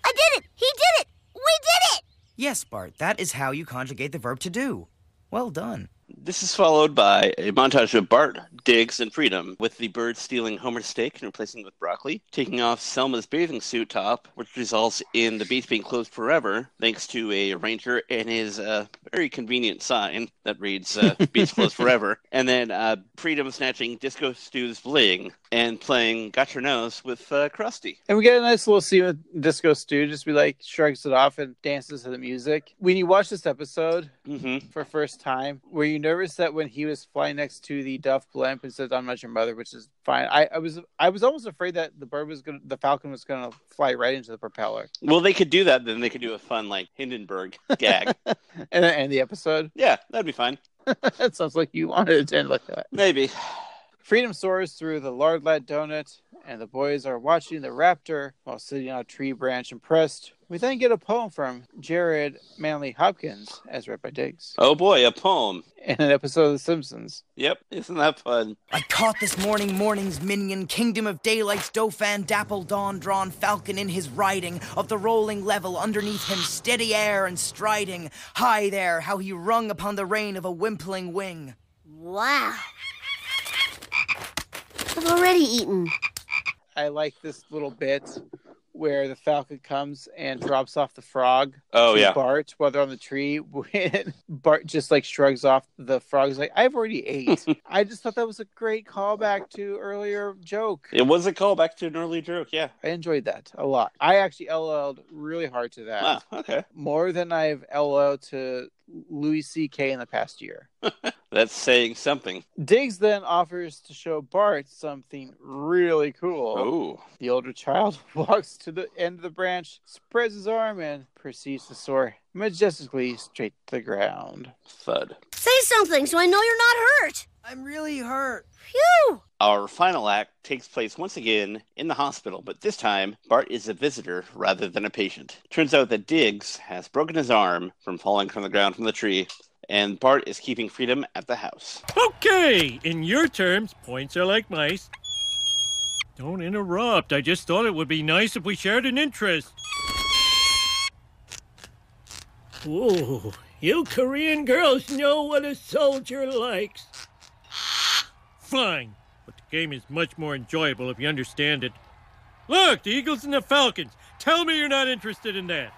S10: I did it! He did it! We did it!
S15: Yes, Bart, that is how you conjugate the verb to do. Well done.
S6: This is followed by a montage of Bart, Diggs, and Freedom, with the bird stealing Homer's steak and replacing it with broccoli, taking off Selma's bathing suit top, which results in the beach being closed forever thanks to a ranger and his uh, very convenient sign that reads uh, "Beach closed forever," and then uh, Freedom snatching Disco Stew's bling and playing "Got Your Nose" with uh, Krusty.
S1: And we get a nice little scene with Disco Stew, just be like shrugs it off and dances to the music. When you watch this episode
S6: Mm-hmm.
S1: for first time, were you nervous that when he was flying next to the Duff blimp and says, "I'm not your mother," which is fine. I, I was I was almost afraid that the bird was gonna, the Falcon was gonna fly right into the propeller.
S6: Well, they could do that. Then they could do a fun like Hindenburg gag.
S1: and end the episode.
S6: Yeah, that'd be fine.
S1: that sounds like you wanted to end like that.
S6: Maybe.
S1: Freedom soars through the lard lad donut, and the boys are watching the raptor while sitting on a tree branch impressed. We then get a poem from Jared Manley Hopkins, as read by Diggs,
S6: Oh boy, a poem.
S1: in an episode of The Simpsons.
S6: Yep, isn't that fun?
S15: I caught this morning morning's minion, kingdom of daylight's Dofan, dapple dawn drawn falcon in his riding, of the rolling level underneath him, steady air and striding. High there, how he rung upon the rein of a wimpling wing.
S10: Wow. I've already eaten.
S1: I like this little bit where the falcon comes and drops off the frog.
S6: Oh,
S1: to
S6: yeah.
S1: Bart, while they're on the tree, when Bart just like shrugs off the frog's like, I've already ate. I just thought that was a great callback to earlier joke.
S6: It was a callback to an early joke, yeah.
S1: I enjoyed that a lot. I actually LOL'd really hard to that.
S6: Wow, okay.
S1: More than I've LOL'd to Louis C.K. in the past year.
S6: That's saying something.
S1: Diggs then offers to show Bart something really cool.
S6: Oh.
S1: The older child walks to the end of the branch, spreads his arm, and proceeds to soar majestically straight to the ground.
S6: Thud.
S10: Say something so I know you're not hurt.
S13: I'm really hurt.
S10: Phew!
S6: Our final act takes place once again in the hospital, but this time Bart is a visitor rather than a patient. Turns out that Diggs has broken his arm from falling from the ground from the tree, and Bart is keeping Freedom at the house.
S11: Okay, in your terms, points are like mice. Don't interrupt. I just thought it would be nice if we shared an interest.
S17: Whoa, you Korean girls know what a soldier likes.
S11: Fine, but the game is much more enjoyable if you understand it. Look, the Eagles and the Falcons. Tell me you're not interested in that.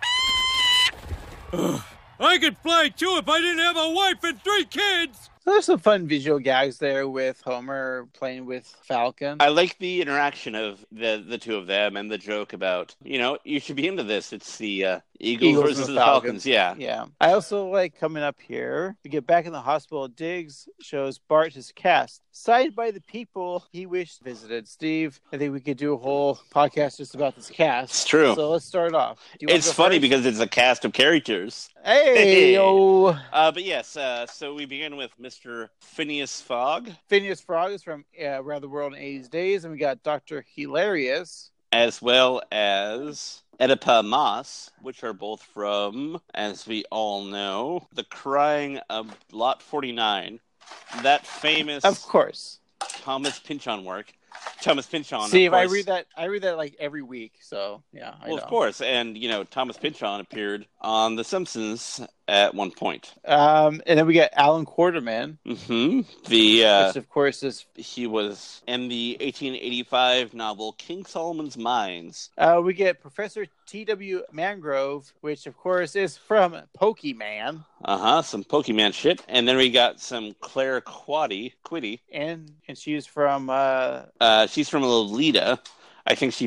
S11: Ugh, I could fly too if I didn't have a wife and three kids.
S1: So there's some fun visual gags there with Homer playing with Falcon.
S6: I like the interaction of the the two of them and the joke about you know you should be into this. It's the uh, Eagles,
S1: Eagles
S6: versus the
S1: and
S6: Falcons. Yeah,
S1: Yeah. I also like coming up here. We get back in the hospital. Diggs shows Bart his cast, signed by the people he wished visited. Steve, I think we could do a whole podcast just about this cast. It's
S6: true.
S1: So let's start off. Do you wanna
S6: It's
S1: go
S6: funny
S1: first?
S6: because it's a cast of characters.
S1: Hey, oh.
S6: Uh, but yes, uh, so we begin with Mr. Phineas Fogg
S1: Phineas Frog is from uh, Around the World in 80s Days, and we got Dr. Hilarious.
S6: as well as Oedipa Mas, which are both from, as we all know, The Crying of Lot 49. That famous
S1: Of course.
S6: Thomas Pynchon work. Thomas Pynchon. Oh, of
S1: Steve, I
S6: course.
S1: read that. I read that like every week. So yeah, I
S6: Well,
S1: know.
S6: of course, and you know Thomas Pynchon appeared on The Simpsons at one point.
S1: Um, and then we got Alan Quarterman.
S6: hmm The uh,
S1: Which, of course, is
S6: he was in the 1885 novel King Solomon's Mines.
S1: Uh, we get Professor T.W. Mangrove, which of course is from Pokemon,
S6: Uh huh. Some Pokemon shit, and then we got some Claire Quaddy Quiddy.
S1: and and she's from uh,
S6: Uh, she's from Lolita. I think she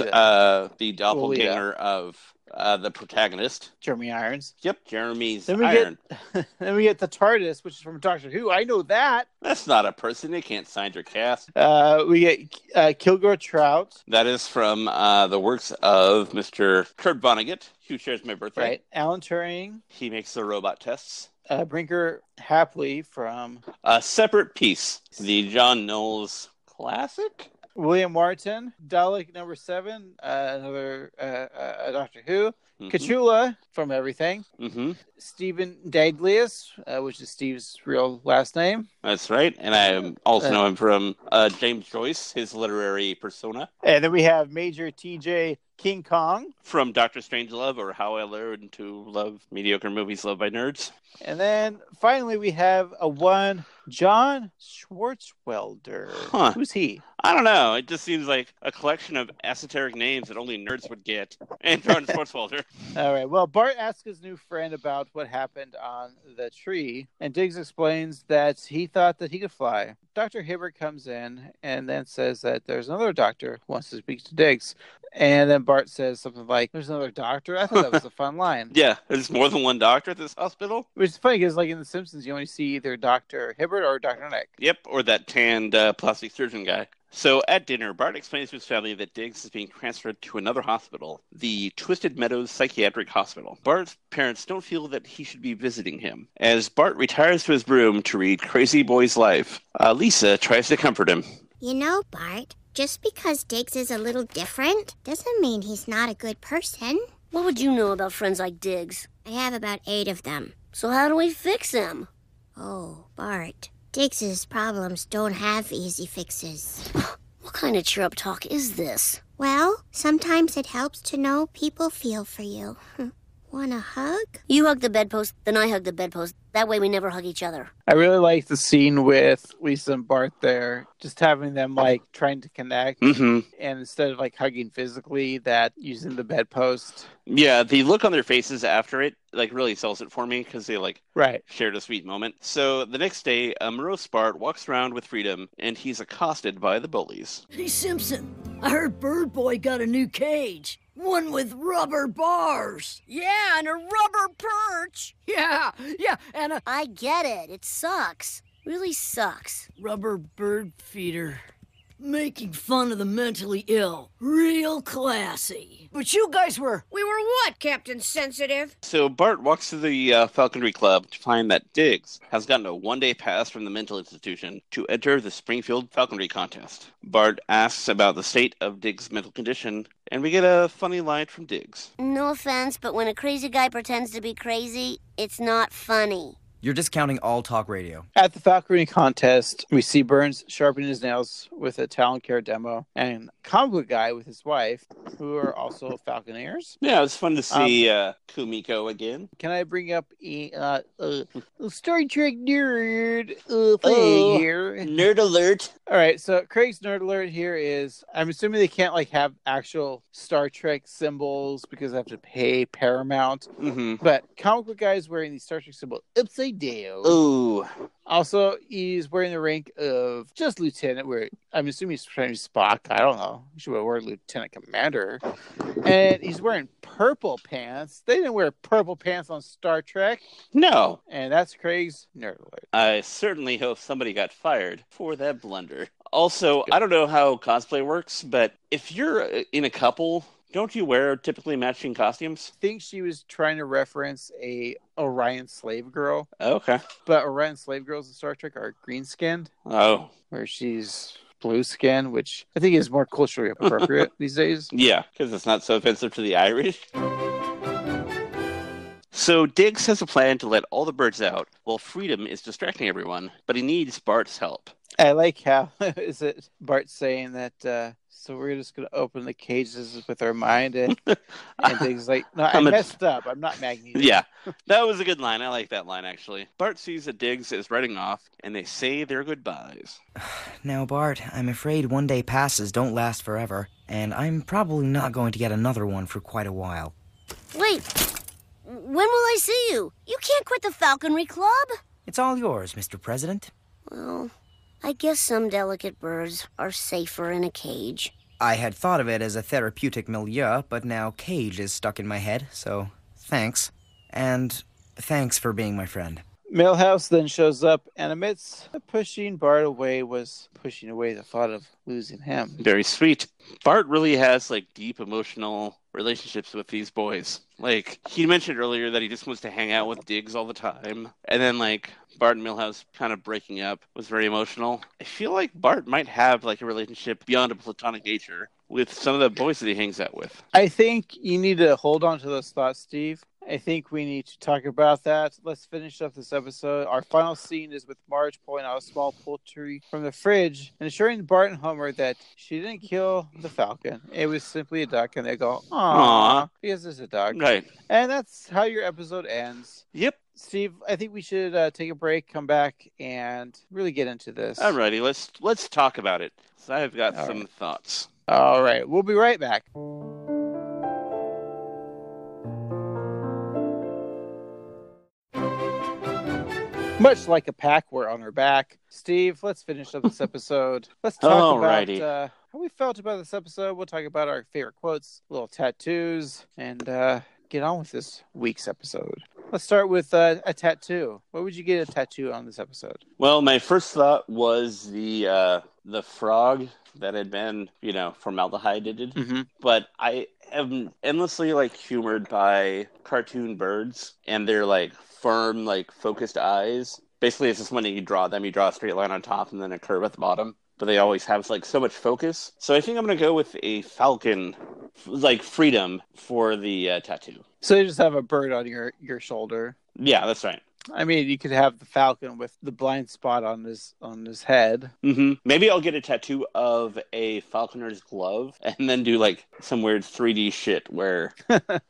S1: Oh, Lolita.
S6: uh, the doppelganger of uh, the protagonist.
S1: Jeremy Irons.
S6: Yep, Jeremy's
S1: Then we
S6: Iron.
S1: get then we get the TARDIS, which is from Doctor Who. I know that.
S6: That's not a person. They can't sign your cast.
S1: Uh, we get uh, Kilgore Trout,
S6: That is from uh, the works of Mr. Kurt Vonnegut, who shares my birthday.
S1: right? Alan Turing,
S6: He makes the robot tests.
S1: uh, Brinker Hapley from
S6: A separate piece, the John Knowles classic.
S1: William Wharton, Dalek Number Seven, uh, another uh, uh, Doctor Who,
S6: Mhm.
S1: Cachula from Everything,
S6: Mm-hmm.
S1: Stephen Daglius, uh, which is Steve's real last name.
S6: That's right. And I also
S1: Uh,
S6: know him from uh, James Joyce, his literary persona
S1: And then we have Major TJ King Kong.
S6: from Doctor Strangelove or How I Learned to Love Mediocre Movies Loved by Nerds.
S1: And then finally we have a one John Schwartzwelder.
S6: Huh.
S1: Who's he?
S6: I don't know. It just seems like a collection of esoteric names that only nerds would get. And John Schwartzwelder.
S1: All right. Well, Bart asks his new friend about what happened on the tree, and Diggs explains that he thought that he could fly. Dr. Hibbert comes in and then says that there's another doctor who wants to speak to Diggs. And then Bart says something like, There's another doctor? I thought that was a fun line.
S6: Yeah, there's more than one doctor at this hospital.
S1: Which is funny because, like in The Simpsons, you only see either Dr. Hibbert or Dr. Nick.
S6: Yep, or that tanned uh, plastic surgeon guy. So at dinner, Bart explains to his family that Diggs is being transferred to another hospital, the Twisted Meadows Psychiatric Hospital. Bart's parents don't feel that he should be visiting him. As Bart retires to his room to read Crazy Boy's Life, uh, Lisa tries to comfort him.
S10: You know, Bart, just because Diggs is a little different doesn't mean he's not a good person. What would you know about friends like Diggs? I have about eight of them. So how do we fix him? Oh, Bart, Diggs's problems don't have easy fixes. what kind of cheer up talk is this? Well, sometimes it helps to know people feel for you. Want a hug? You hug the bedpost, then I hug the bedpost. That way we never hug each other.
S1: I really like the scene with Lisa and Bart there, just having them like trying to connect,
S3: Hmm.
S6: Mm-hmm.
S1: and instead of like hugging physically, that using the bedpost.
S6: Yeah, the look on their faces after it like really sells it for me because they like
S1: Right.
S6: shared a sweet moment. So the next day, a morose Bart walks around with Freedom, and he's accosted by the bullies.
S13: Hey, Simpson, I heard Bird Boy got a new cage. One with rubber bars.
S18: Yeah, and a rubber perch. Yeah, yeah, and a. I get it. It sucks. Really sucks.
S13: Rubber bird feeder. Making fun of the mentally ill. Real classy.
S19: But you guys were.
S10: We were what, Captain Sensitive?
S6: So Bart walks to the uh, falconry club to find that Diggs has gotten a one-day pass from the mental institution to enter the Springfield falconry contest. Bart asks about the state of Diggs' mental condition, and we get a funny line from Diggs.
S10: No offense, but when a crazy guy pretends to be crazy, it's not funny.
S1: You're discounting all talk radio. At the falconry contest, we see Burns sharpening his nails with a talent care demo and Combo Guy with his wife, who are also falconeers.
S6: Yeah, it was fun to see uh, Kumiko again.
S1: Can I bring up a, uh, uh, a Star Trek nerd uh, thing here? Nerd alert. All right, so Craig's nerd alert here is I'm assuming they can't like have actual Star Trek symbols because they have to pay Paramount.
S6: Mm-hmm.
S1: But comic book guy is wearing the Star Trek symbol upside down.
S6: Ooh.
S1: Also, he's wearing the rank of just lieutenant. Where I'm assuming he's trying to be Spock. I don't know. He should wear lieutenant commander. And he's wearing purple pants. They didn't wear purple pants on Star Trek.
S6: No.
S1: And that's Craig's nerd alert.
S6: I certainly hope somebody got fired for that blunder. Also, I don't know how cosplay works, but if you're uh, in a couple, don't you wear typically matching costumes?
S1: I think she was trying to reference a Orion slave girl.
S6: Okay.
S1: But Orion slave girls in Star Trek are green skinned,
S6: Oh.
S1: where she's blue skinned, which I think is more culturally appropriate these days.
S6: Yeah, because it's not so offensive to the Irish. So Diggs has a plan to let all the birds out while Freedom is distracting everyone, but he needs Bart's help.
S1: I like how is it Bart saying that uh so we're just gonna open the cages with our mind and, and things like no, I
S6: I'm a-
S1: messed up. I'm not Magneto.
S6: Yeah, that was a good line. I like that line actually. Bart sees that Diggs is riding off, and they say their goodbyes.
S15: Now, Bart, I'm afraid one day passes don't last forever, and I'm probably not going to get another one for quite a while.
S10: Wait, when will I see you? You can't quit the falconry club.
S15: It's all yours, Mr. President.
S10: Well, I guess some delicate birds are safer in a cage.
S15: I had thought of it as a therapeutic milieu, but now Cage is stuck in my head, so thanks. And thanks for being my friend.
S1: Millhouse then shows up and amidst pushing Bart away was pushing away the thought of losing him.
S6: Very sweet. Bart really has like deep emotional relationships with these boys. Like he mentioned earlier that he just wants to hang out with Diggs all the time, and then like Bart and Milhouse kind of breaking up was very emotional. I feel like Bart might have like a relationship beyond a platonic nature with some of the boys that he hangs out with.
S1: I think you need to hold on to those thoughts, Steve. I think we need to talk about that. Let's finish up this episode. Our final scene is with Marge pulling out a small poultry from the fridge and assuring Bart and Homer that she didn't kill the falcon. It was simply a duck, and they go, "Aw,
S6: Aw.
S1: because it's a duck."
S6: Right.
S1: And that's how your episode ends.
S6: Yep.
S1: Steve, I think we should uh, take a break, come back, and really get into this.
S6: Alrighty, let's let's talk about it. So I've got
S1: All
S6: some
S1: right.
S6: thoughts.
S1: All right, we'll be right back. Much like a pack, we're on our back. Steve, let's finish up this episode. Let's talk
S6: Alrighty.
S1: about uh, how we felt about this episode. We'll talk about our favorite quotes, little tattoos, and uh, get on with this week's episode. Let's start with uh, a tattoo. What would you get a tattoo on this episode?
S6: Well, my first thought was the uh, the frog that had been, you know, formaldehyded. But I am endlessly like humored by cartoon birds and their like firm, like focused eyes. Basically, it's just when you draw them, you draw a straight line on top and then a curve at the bottom. But they always have like so much focus. So I think I'm gonna go with a falcon, f- like freedom for the uh, tattoo.
S1: So you just have a bird on your, your shoulder.
S6: Yeah, that's right.
S1: I mean, you could have the falcon with the blind spot on his on his head.
S6: hmm Maybe I'll get a tattoo of a falconer's glove and then do like some weird 3D shit where the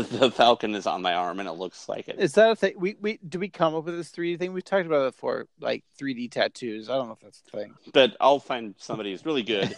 S6: the falcon is on my arm and it looks like it.
S1: Is that a thing? We we do we come up with this 3D thing? We've talked about it before, like 3D tattoos. I don't know if that's a thing.
S6: But I'll find somebody who's really good.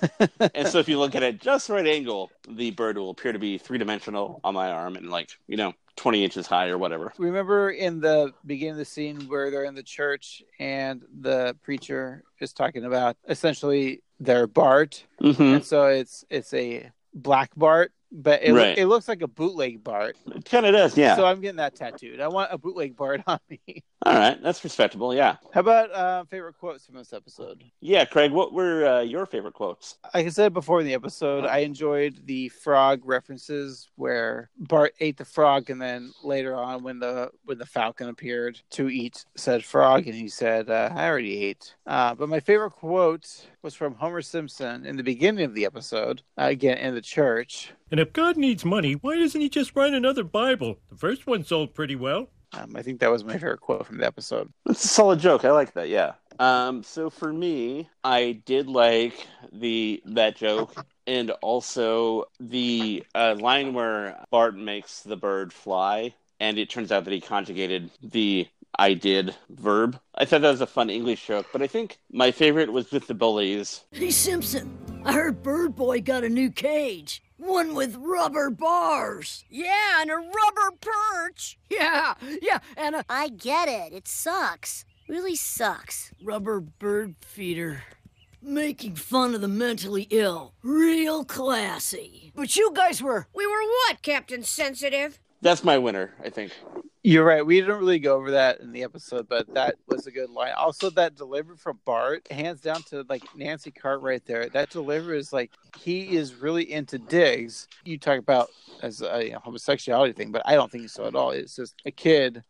S6: and so if you look at it just right angle, the bird will appear to be three dimensional on my arm and like, you know, 20 inches high or whatever.
S1: Remember in the beginning of the scene where they're in the church and the preacher is talking about essentially their Bart,
S3: Mm-hmm.
S6: Mhm.
S1: and so it's it's a black Bart but it, loo-
S3: Right.
S1: it looks like a bootleg Bart.
S3: It kind of does, yeah.
S1: So I'm getting that tattooed. I want a bootleg Bart on me.
S3: All right, that's respectable. Yeah,
S1: How about uh, favorite quotes from this episode?
S3: yeah, Craig. What were uh, your favorite quotes?
S1: Like I said before in the episode, I enjoyed the frog references where Bart ate the frog, and then later on, when the when the falcon appeared to eat said frog, and he said, uh, "I already ate." Uh, but my favorite quote was from Homer Simpson in the beginning of the episode, uh, again in the church.
S11: And if God needs money, why doesn't he just write another Bible? The first one sold pretty well.
S1: Um, I think that was my favorite quote from the episode.
S3: That's a solid joke. I like that. Yeah. Um, so for me, I did like the that joke, and also the uh, line where Bart makes the bird fly, and it turns out that he conjugated the "I did" verb. I thought that was a fun English joke, but I think my favorite was with the bullies.
S7: Hey, Simpson, I heard Bird Boy got a new cage. One with rubber bars.
S10: Yeah, and a rubber perch. Yeah, yeah, and a. I get it. It sucks. Really sucks.
S7: Rubber bird feeder. Making fun of the mentally ill. Real classy. But you guys were.
S20: We were what, Captain Sensitive?
S3: That's my winner, I think.
S1: You're right. We didn't really go over that in the episode, but that was a good line. Also, that delivery from Bart, hands down to like Nancy Cartwright there. That delivery is like he is really into digs. You talk about as a you know, homosexuality thing, but I don't think so at all. It's just a kid,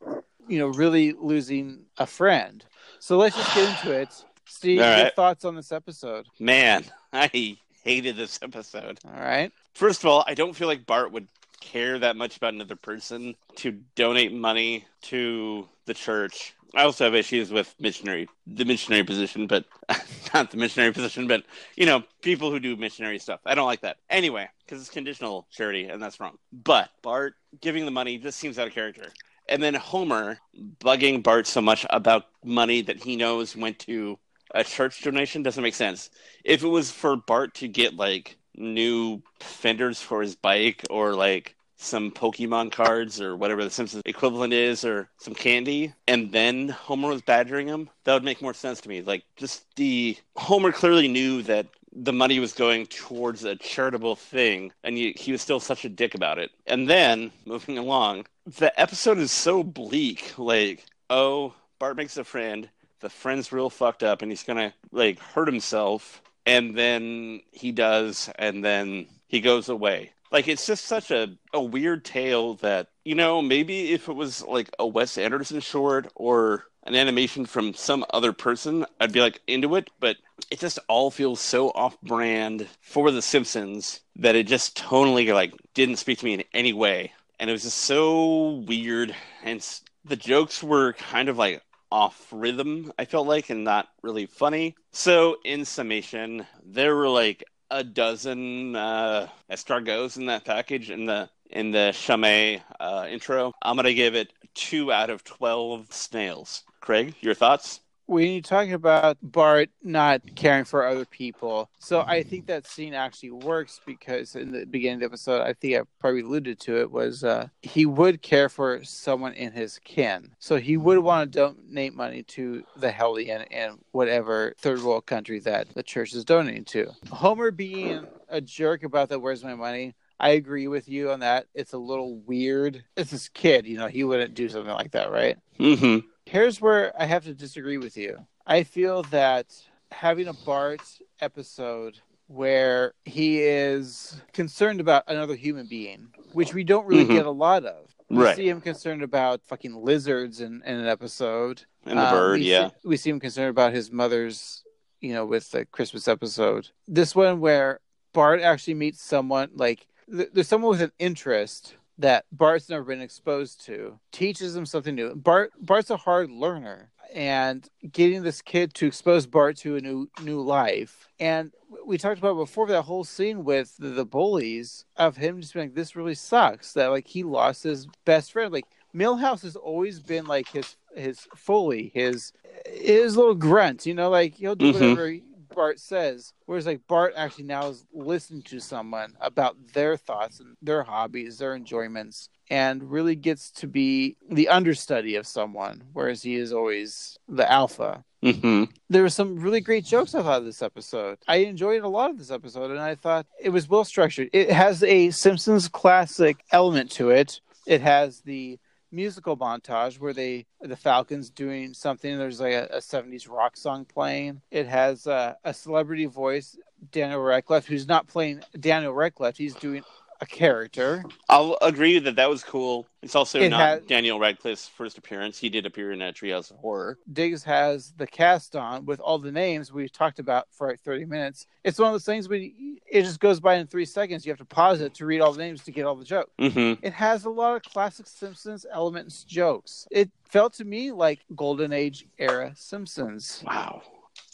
S1: you know, really losing a friend. So let's just get into it. Steve,
S3: All
S1: your
S3: right.
S1: thoughts on this episode?
S3: Man, I hated this episode.
S1: All right.
S3: First of all, I don't feel like Bart would care that much about another person to donate money to the church. I also have issues with missionary, the missionary position, but not the missionary position, but you know, people who do missionary stuff. I don't like that anyway, because it's conditional charity and that's wrong. But Bart giving the money just seems out of character. And then Homer bugging Bart so much about money that he knows went to a church donation doesn't make sense. If it was for Bart to get like new fenders for his bike or like some Pokemon cards or whatever the Simpsons equivalent is or some candy, and then Homer was badgering him, that would make more sense to me. Like, just the Homer clearly knew that the money was going towards a charitable thing, and he, he was still such a dick about it. And then, moving along, the episode is so bleak. Like, oh, Bart makes a friend, the friend's real fucked up, and he's gonna like hurt himself, and then he does, and then he goes away. Like, it's just such a, a weird tale that, you know, maybe if it was like a Wes Anderson short or an animation from some other person, I'd be like into it, but it just all feels so off brand for The Simpsons that it just totally like didn't speak to me in any way. And it was just so weird. And s- the jokes were kind of like off rhythm, I felt like, and not really funny. So, in summation, there were like a dozen uh, escargots in that package in the in the Chame uh, intro. I'm gonna give it two out of twelve snails. Craig, your thoughts?
S1: when you talk about Bart not caring for other people, so I think that scene actually works because in the beginning of the episode, I think I probably alluded to it was uh, he would care for someone in his kin, so he would want to donate money to the healthy and, and whatever third world country that the church is donating to. Homer being a jerk about that, where's my money? I agree with you on that. It's a little weird. It's this kid, you know, he wouldn't do something like that, right?
S3: Mm-hmm.
S1: Here's where I have to disagree with you. I feel that having a Bart episode where he is concerned about another human being, which we don't really
S3: Mhm.
S1: get a lot of. We
S3: Right.
S1: see him concerned about fucking lizards in, in an episode.
S3: And the bird,
S1: Uh, we see-
S3: yeah.
S1: we see him concerned about his mother's, you know, with the Christmas episode. This one where Bart actually meets someone, like, th- there's someone with an interest that Bart's never been exposed to, teaches him something new. Bart Bart's a hard learner, and getting this kid to expose Bart to a new new life. And we talked about before that whole scene with the, the bullies of him just being like, "This really sucks." That like he lost his best friend. Like Millhouse has always been like his his foley, his his little grunt. You know, like he'll do
S3: Mhm.
S1: whatever Bart says. Whereas like Bart actually now is listening to someone about their thoughts and their hobbies, their enjoyments, and really gets to be the understudy of someone, whereas he is always the alpha.
S6: Mm-hmm.
S1: There were some really great jokes I thought of this episode. I enjoyed a lot of this episode, and I thought it was well structured. It has a Simpsons classic element to it. It has the musical montage where they the Falcons doing something. There's like a, a 70s rock song playing. It has uh, a celebrity voice, Daniel Radcliffe, who's not playing Daniel Radcliffe. He's doing a character.
S6: I'll
S3: uh,
S6: agree that that was cool. It's also
S1: It
S6: not
S1: had-
S6: Daniel Radcliffe's first appearance. He did appear in a Treehouse of Horror.
S1: Diggs has the cast on with all the names we've talked about for like 30 minutes. It's one of those things where you- it just goes by in three seconds. You have to pause it to read all the names to get all the jokes.
S6: Mhm.
S1: It has a lot of classic Simpsons elements, jokes. It felt to me like Golden Age era Simpsons.
S6: Wow.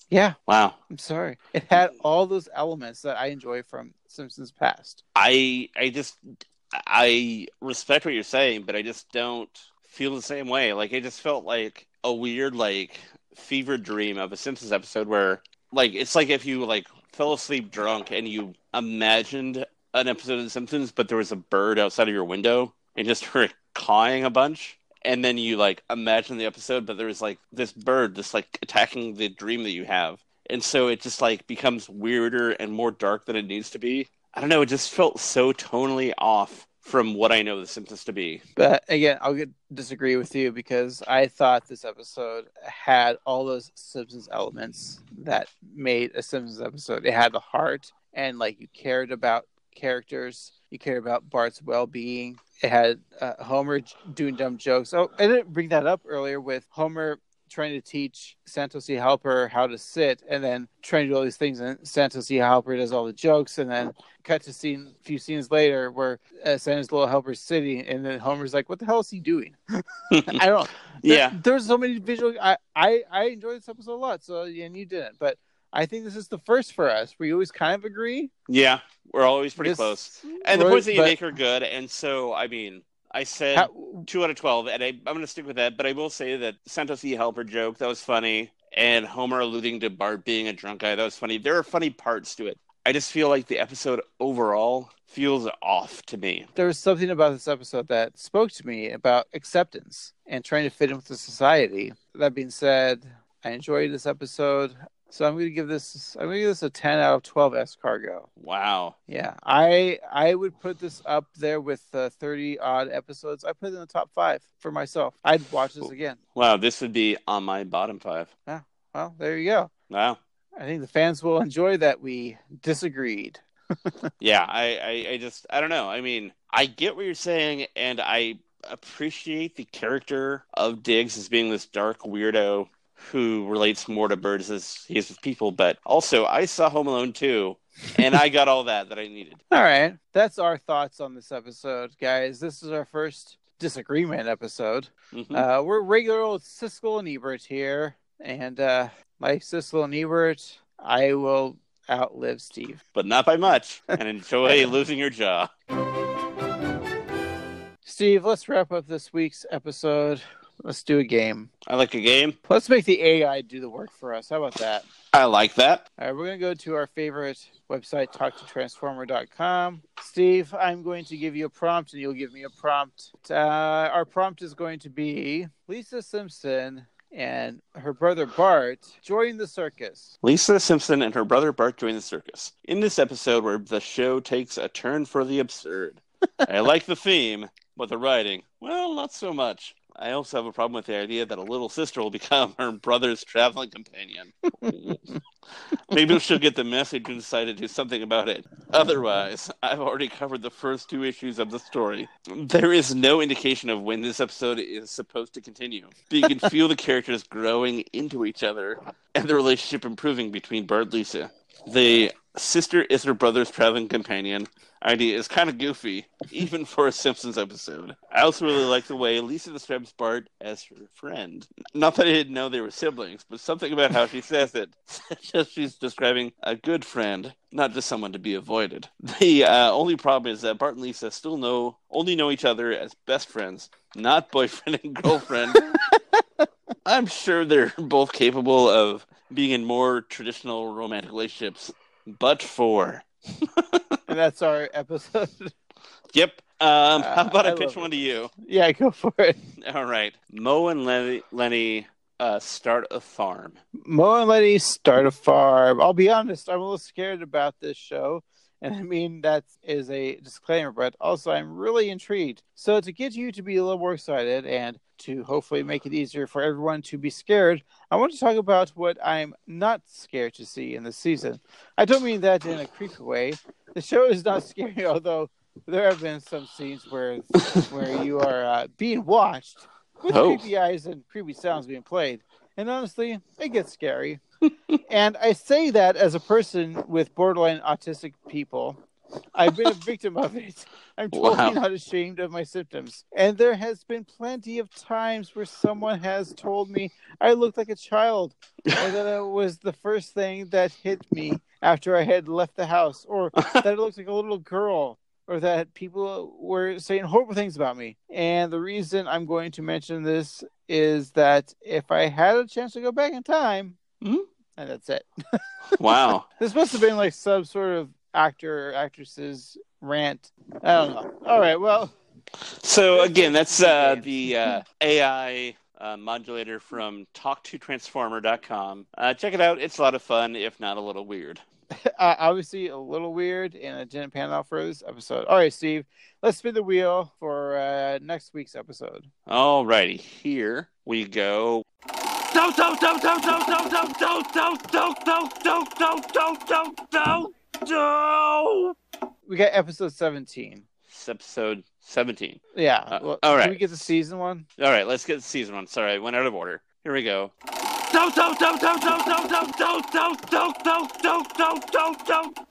S1: Yeah,
S6: Wow.
S1: I'm sorry. It had all those elements that I enjoy from Simpsons past.
S6: I I just I respect what you're saying, but I just don't feel the same way. Like it just felt like a weird like fever dream of a Simpsons episode where like it's like if you like fell asleep drunk and you imagined an episode of The Simpsons, but there was a bird outside of your window and just heard it cawing a bunch. And then you like imagine the episode, but there was like this bird just like attacking the dream that you have. And so it just like becomes weirder and more dark than it needs to be. I don't know. It just felt so tonally off from what I know The Simpsons to be.
S1: But again, I'll get, disagree with you because I thought this episode had all those Simpsons elements that made a Simpsons episode. It had the heart, and like you cared about characters, you cared about Bart's well-being. It had uh, Homer j- doing dumb jokes. Oh, I didn't bring that up earlier with Homer trying to teach Santos the Helper how to sit, and then trying to do all these things, and Santos the Helper does all the jokes, and then cut to scene a few scenes later where uh, Santa's little helper's sitting, and then Homer's like, "What the hell is he doing?" I don't.
S6: Yeah.
S1: there's so many visual. I, I I enjoyed this episode a lot. So and you didn't, but I think this is the first for us. We always kind of agree.
S6: Yeah, we're always pretty
S1: This-
S6: close. And the
S1: Right,
S6: points that you
S1: but-
S6: make are good. And so, I mean, I said two out of 12, and I, I'm going to stick with that. But I will say that Santos the Helper joke, that was funny. And Homer alluding to Bart being a drunk guy, that was funny. There are funny parts to it. I just feel like the episode overall feels off to me.
S1: There was something about this episode that spoke to me about acceptance and trying to fit in with the society. That being said, I enjoyed this episode. So I'm going to give this I'm going to give this a 10 out of 12 S cargo.
S6: Wow.
S1: Yeah, I I would put this up there with the thirty odd episodes. I put it in the top five for myself. I'd watch this again.
S6: Wow, this would be on my bottom five.
S1: Yeah. Well, there you go.
S6: Wow.
S1: I think the fans will enjoy that we disagreed.
S6: yeah I, I i just i don't know i mean i get what you're saying and i appreciate the character of diggs as being this dark weirdo who relates more to birds as he is with people but also i saw home alone too and i got all that that i needed
S1: All right, that's our thoughts on this episode, guys. This is our first disagreement episode.
S3: Hmm.
S6: Mhm.
S1: Uh, we're regular old Siskel and Ebert here, and uh, like Siskel and Ebert, I will outlive Steve.
S6: but not by much and enjoy losing your jaw
S1: Steve, let's wrap up this week's episode. Let's do a game.
S6: i like a game
S1: Let's make the AI do the work for us. How about that?
S6: i like that
S1: All right, we're going to go to our favorite website, talktotransformer.com. Steve, I'm going to give you a prompt and you'll give me a prompt. Uh, our prompt is going to be Lisa Simpson and her brother Bart join the circus.
S6: Lisa Simpson and her brother Bart join the circus. In this episode, where the show takes a turn for the absurd. I like the theme, but the writing, well, not so much. I also have a problem with the idea that a little sister will become her brother's traveling companion. Maybe she'll get the message and decide to do something about it. Otherwise, I've already covered the first two issues of the story. There is no indication of when this episode is supposed to continue, but you can feel the characters growing into each other and the relationship improving between Bart and Lisa. The sister is her brother's traveling companion idea is kind of goofy, even for a Simpsons episode. I also really like the way Lisa describes Bart as her friend. Not that I didn't know they were siblings, but something about how she says it says she's describing a good friend, not just someone to be avoided. The uh, only problem is that Bart and Lisa still know only know each other as best friends, not boyfriend and girlfriend. I'm sure they're both capable of being in more traditional romantic relationships, but for.
S1: and that's our episode.
S6: Yep. Um,
S1: Uh,
S6: how about I,
S1: I
S6: pitch
S1: love
S6: one to you?
S1: yeah, go for it.
S6: All right. Mo and Lenny, Lenny uh, start a farm.
S1: Mo and Letty start a farm. I'll be honest, I'm a little scared about this show. And I mean, that is a disclaimer, but also I'm really intrigued. So, to get you to be a little more excited and to hopefully make it easier for everyone to be scared, I want to talk about what I'm not scared to see in this season. I don't mean that in a creepy way. The show is not scary, although there have been some scenes where where you are uh, being watched with
S6: Oh.
S1: creepy eyes and creepy sounds being played. And honestly, it gets scary. and I say that as a person with borderline autistic people. I've been a victim of it. I'm totally
S6: Wow.
S1: not ashamed of my symptoms. And there has been plenty of times where someone has told me I looked like a child, or that it was the first thing that hit me after I had left the house, or that I looked like a little girl, or that people were saying horrible things about me. And the reason I'm going to mention this is that if I had a chance to go back in time,
S6: Mm-hmm.
S1: and that's it.
S6: Wow.
S1: This must have been like some sort of actor or actress's rant. I don't know. All right, well,
S6: So again, that's uh, the uh, AI uh, modulator from talktotransformer.com. Uh, check it out; it's a lot of fun, if not a little weird.
S1: uh, obviously a little weird, and it didn't pan out for this episode. All right, Steve, let's spin the wheel for uh, next week's episode.
S6: Alrighty, here we go.
S4: Don't, don't, don't, don't, don't, don't, don't, don't, don't, don't, don't, don't, don't, don't, don't, don't, don't.
S1: We got episode 17.
S6: It's episode seventeen.
S1: Yeah.
S6: Uh,
S1: well,
S6: all
S1: Can
S6: right,
S1: we get the season one?
S6: all right. Let's get season one. Sorry, I went out of order. Here we go.
S4: Don't, don't, don't, don't, don't, don't, don't, don't, don't, don't, don't, don't, don't, don't, don't, don't,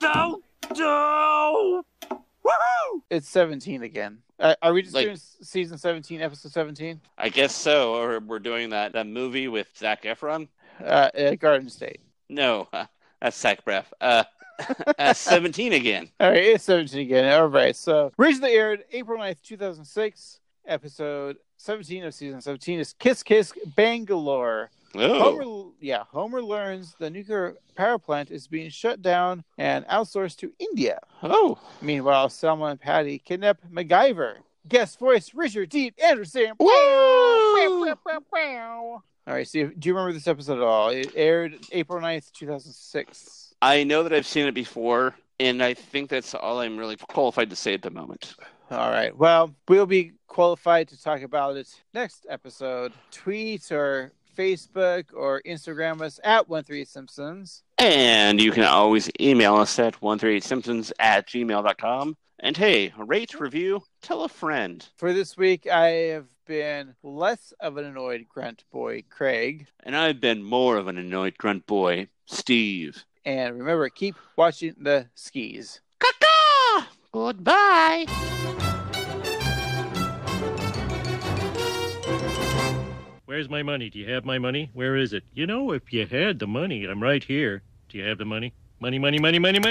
S4: don't. Woohoo!
S1: It's 17 again. Uh, are we just
S6: Like-
S1: doing s- season 17, episode 17?
S6: I guess so. Or we're doing that, that movie with Zach Efron.
S1: Uh, uh, Garden State.
S6: No, uh, that's Zach Braff. Uh, uh, Seventeen again.
S1: All right, it's 17 again. All right. So, originally aired April 9th, 2006. Episode 17 of season 17 is Kiss Kiss Bangalore.
S6: Oh.
S1: Homer, yeah, Homer learns the nuclear power plant is being shut down and outsourced to India.
S6: Oh.
S1: Meanwhile, Selma and Patty kidnap MacGyver. Guest voice Richard Dean Anderson. All right, so do you remember this episode at all? It aired April 9th, 2006.
S6: I know that I've seen it before, and I think that's all I'm really qualified to say at the moment.
S1: All right. Well, we'll be qualified to talk about it next episode. Tweet or Facebook or Instagram us at 13simpsons.
S6: And you can always email us at 138simpsons at gmail.com. And hey, rate, review, tell a friend.
S1: For this week, I have been less of an annoyed grunt boy, Craig.
S6: And I've been more of an annoyed grunt boy, Steve.
S1: And remember, keep watching the skis.
S6: Goodbye.
S11: Where's my money? Do you have my money? Where is it? You know, if you had the money, I'm right here. Do you have the money? Money, money, money, money, money.